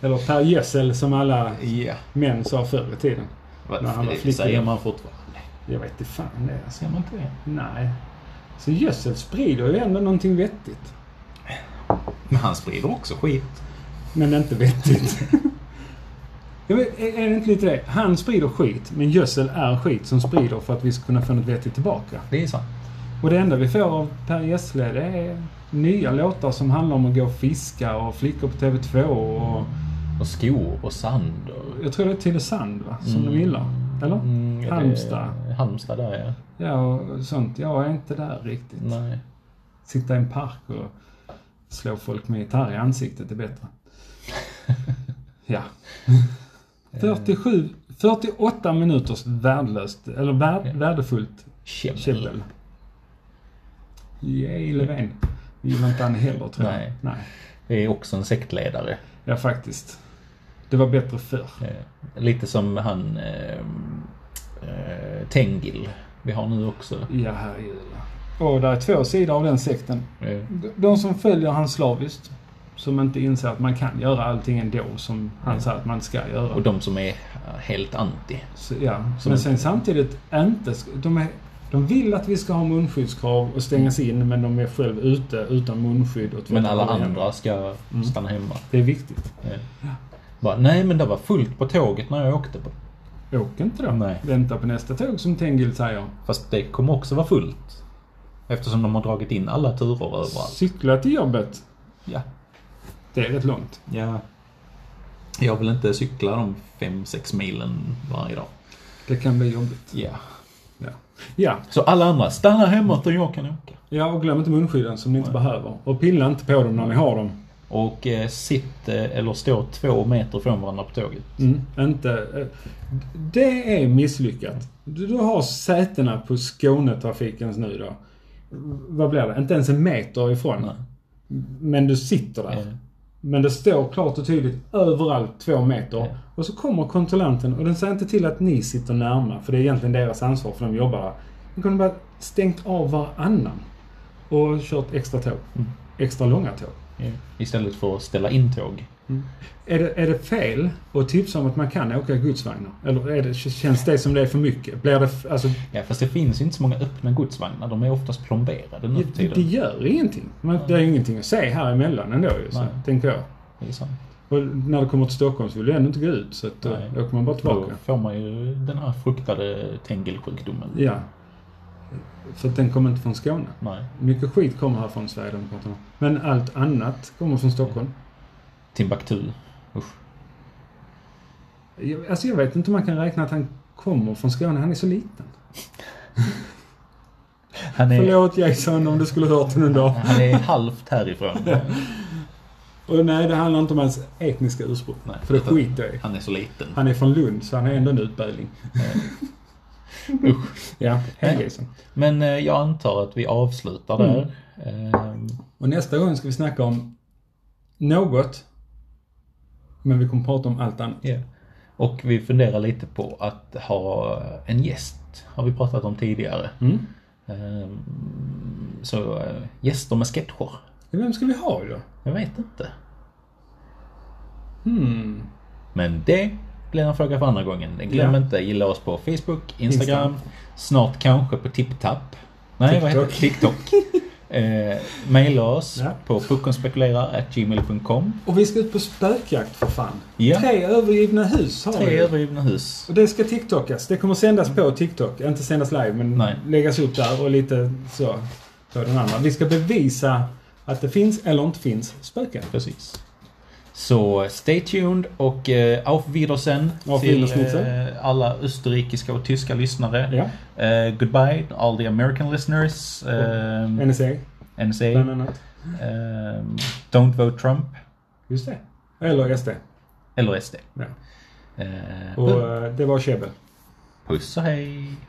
Speaker 1: Eller Per Gessel som alla
Speaker 2: Ja.
Speaker 1: män sa förr i tiden.
Speaker 2: Vad
Speaker 1: När han var
Speaker 2: det
Speaker 1: flicka.
Speaker 2: säger man fortfarande.
Speaker 1: Jag vet inte fan det är alltså.
Speaker 2: Ser man inte det?
Speaker 1: Nej. Så gödsel sprider ju ändå någonting vettigt.
Speaker 2: Men han sprider också skit.
Speaker 1: Men inte vettigt. Jag vet, är är det inte lite det? Han sprider skit, men gödsel är skit som sprider för att vi ska kunna få något vettigt tillbaka.
Speaker 2: Det är sant.
Speaker 1: Och det enda vi får av Per Gessle, det är nya låtar som handlar om att gå och fiska och flickor på TV2 och...
Speaker 2: Och skor och sand och...
Speaker 1: Jag tror det är Tylösand, va? Som de gillar. Eller?
Speaker 2: Mm, ja, det-
Speaker 1: Halmstad.
Speaker 2: Halmstad där ja.
Speaker 1: Ja, och sånt. Jag är inte där riktigt.
Speaker 2: Nej.
Speaker 1: Sitta i en park och slå folk med gitarr i ansiktet är bättre. Ja.
Speaker 2: Eh.
Speaker 1: 47, 48 minuters värdelöst, eller vär, värdefullt
Speaker 2: Käbbel.
Speaker 1: käbbel. Yay Löfven. Vi gillar inte han heller tror jag.
Speaker 2: Nej.
Speaker 1: Nej.
Speaker 2: Det är också en sektledare.
Speaker 1: Ja faktiskt. Det var bättre förr.
Speaker 2: Eh, Lite som han eh, eh, Tengil vi har nu också.
Speaker 1: Ja herregud ja. Och där är två sidor av den sekten.
Speaker 2: Eh,
Speaker 1: De- De som följer han slaviskt. Som inte inser att man kan göra allting ändå som han säger att man ska göra.
Speaker 2: Och de som är eh, helt anti.
Speaker 1: Så, ja. Men sen samtidigt inte... sk- De, är, de vill att vi ska ha munskyddskrav och stängas in men de är själv ute utan munskydd. Och
Speaker 2: Mm. Men alla
Speaker 1: tvättar
Speaker 2: andra ska
Speaker 1: Mm.
Speaker 2: stanna hemma.
Speaker 1: Det är viktigt.
Speaker 2: Bara, nej men det var fullt på tåget när jag åkte. På.
Speaker 1: Åk inte då.
Speaker 2: Nej.
Speaker 1: Vänta på nästa tåg som Tengil säger.
Speaker 2: Fast det kommer också vara fullt. Eftersom de har dragit in alla turer överallt.
Speaker 1: Cykla till jobbet.
Speaker 2: Ja.
Speaker 1: Det är rätt långt.
Speaker 2: ja. Jag vill inte cykla de 5-6 milen varje dag.
Speaker 1: Det kan bli jobbigt.
Speaker 2: Ja.
Speaker 1: Ja. Ja,
Speaker 2: Så alla andra, stanna hemma så jag kan åka.
Speaker 1: ja och glöm inte munskydden som ni inte behöver. Och pilla inte på dem när ni har dem.
Speaker 2: Och eh, sitt eh, eller stå två meter från varandra på tåget.
Speaker 1: Mm, inte... eh, Det är misslyckat. Du, du har sätena på Skånetrafikens nu då. Vad blir det? Inte ens en meter ifrån.
Speaker 2: Nej.
Speaker 1: Men du sitter där.
Speaker 2: Ja.
Speaker 1: Men det står klart och tydligt överallt två meter.
Speaker 2: Ja.
Speaker 1: Och så kommer kontrollanten och den säger inte till att ni sitter närmare. För det är egentligen deras ansvar för de jobbar där. De kunde
Speaker 2: Mm.
Speaker 1: bara stängt av varannan. Och kört extra tåg. Extra långa tåg.
Speaker 2: eh, Istället för att ställa in tåg.
Speaker 1: Är det, är det fel att tipsa om att man kan åka godsvagnar? Eller är det, känns det som det är för mycket? Blir det, f- alltså,
Speaker 2: Ja, fast det finns ju inte så många öppna godsvagnar. De är oftast plomberade nu för
Speaker 1: det, det
Speaker 2: tiden.
Speaker 1: gör ingenting. Man, det är ju ingenting att se här emellan ändå ju, så,
Speaker 2: Nej.
Speaker 1: tänker jag.
Speaker 2: Det är sant.
Speaker 1: Och när du kommer till Stockholm så vill du ändå inte gå ut så att, eh, då
Speaker 2: Nej.
Speaker 1: åker man bara
Speaker 2: Då
Speaker 1: tillbaka.
Speaker 2: får man ju den här fruktade tängelsjukdomen.
Speaker 1: Ja. För att den kommer inte från Skåne.
Speaker 2: Nej.
Speaker 1: Mycket skit kommer här från Sverigedemokraterna. Men allt annat kommer från Stockholm.
Speaker 2: Timbuktu. Usch.
Speaker 1: Jag, alltså jag vet inte om man kan räkna att han kommer från Skåne. Han är så liten.
Speaker 2: Han är,
Speaker 1: Förlåt Jason om du skulle hört den en dag.
Speaker 2: han är halvt härifrån.
Speaker 1: Och nej, det handlar inte om hans etniska ursprung.
Speaker 2: Nej,
Speaker 1: för det
Speaker 2: utan-
Speaker 1: skiter jag i.
Speaker 2: Han är så liten.
Speaker 1: Han är från Lund så han är ändå en utböling.
Speaker 2: Usch.
Speaker 1: Ja, hej Jason.
Speaker 2: Men eh, jag antar att vi avslutar där. Ehm,
Speaker 1: Och nästa gång ska vi snacka om något. Men vi kommer prata om allt annat.
Speaker 2: ja. Och vi funderar lite på att ha en gäst. Har vi pratat om tidigare.
Speaker 1: Mm.
Speaker 2: Ehm, Så eh, gäster med sketcher.
Speaker 1: Vem ska vi ha då?
Speaker 2: Jag vet inte. Mm.
Speaker 1: Hmm.
Speaker 2: Men det blir en fråga för andra gången. Glöm
Speaker 1: Ja.
Speaker 2: inte gilla oss på Facebook, Instagram, snart kanske på TipTap. Nej, vad heter det? TikTok. eh, maila oss
Speaker 1: Ja.
Speaker 2: på puckonspekulerar.gmail.com.
Speaker 1: Och vi ska ut på spökjakt för fan.
Speaker 2: Ja.
Speaker 1: Tre övergivna hus har
Speaker 2: Tre
Speaker 1: vi.
Speaker 2: övergivna hus.
Speaker 1: Och det ska TikTokas. Det kommer sändas på TikTok. Inte sändas live, men
Speaker 2: Nej.
Speaker 1: läggas upp där och lite så. På den andra. Vi ska bevisa att det finns eller inte finns spöken.
Speaker 2: Precis. Så stay tuned och eh, auf Wiedersehen
Speaker 1: Auf
Speaker 2: till
Speaker 1: Wiedersehen.
Speaker 2: eh, alla österrikiska och tyska lyssnare.
Speaker 1: Ja.
Speaker 2: Eh, goodbye all the American listeners. Eh,
Speaker 1: NSA,
Speaker 2: NSA.
Speaker 1: bland annat.
Speaker 2: Eh, don't vote Trump.
Speaker 1: Just det. Eller SD.
Speaker 2: Eller SD.
Speaker 1: Ja.
Speaker 2: Eh,
Speaker 1: 啊 Och eh, det var käbbel.
Speaker 2: puss och hej!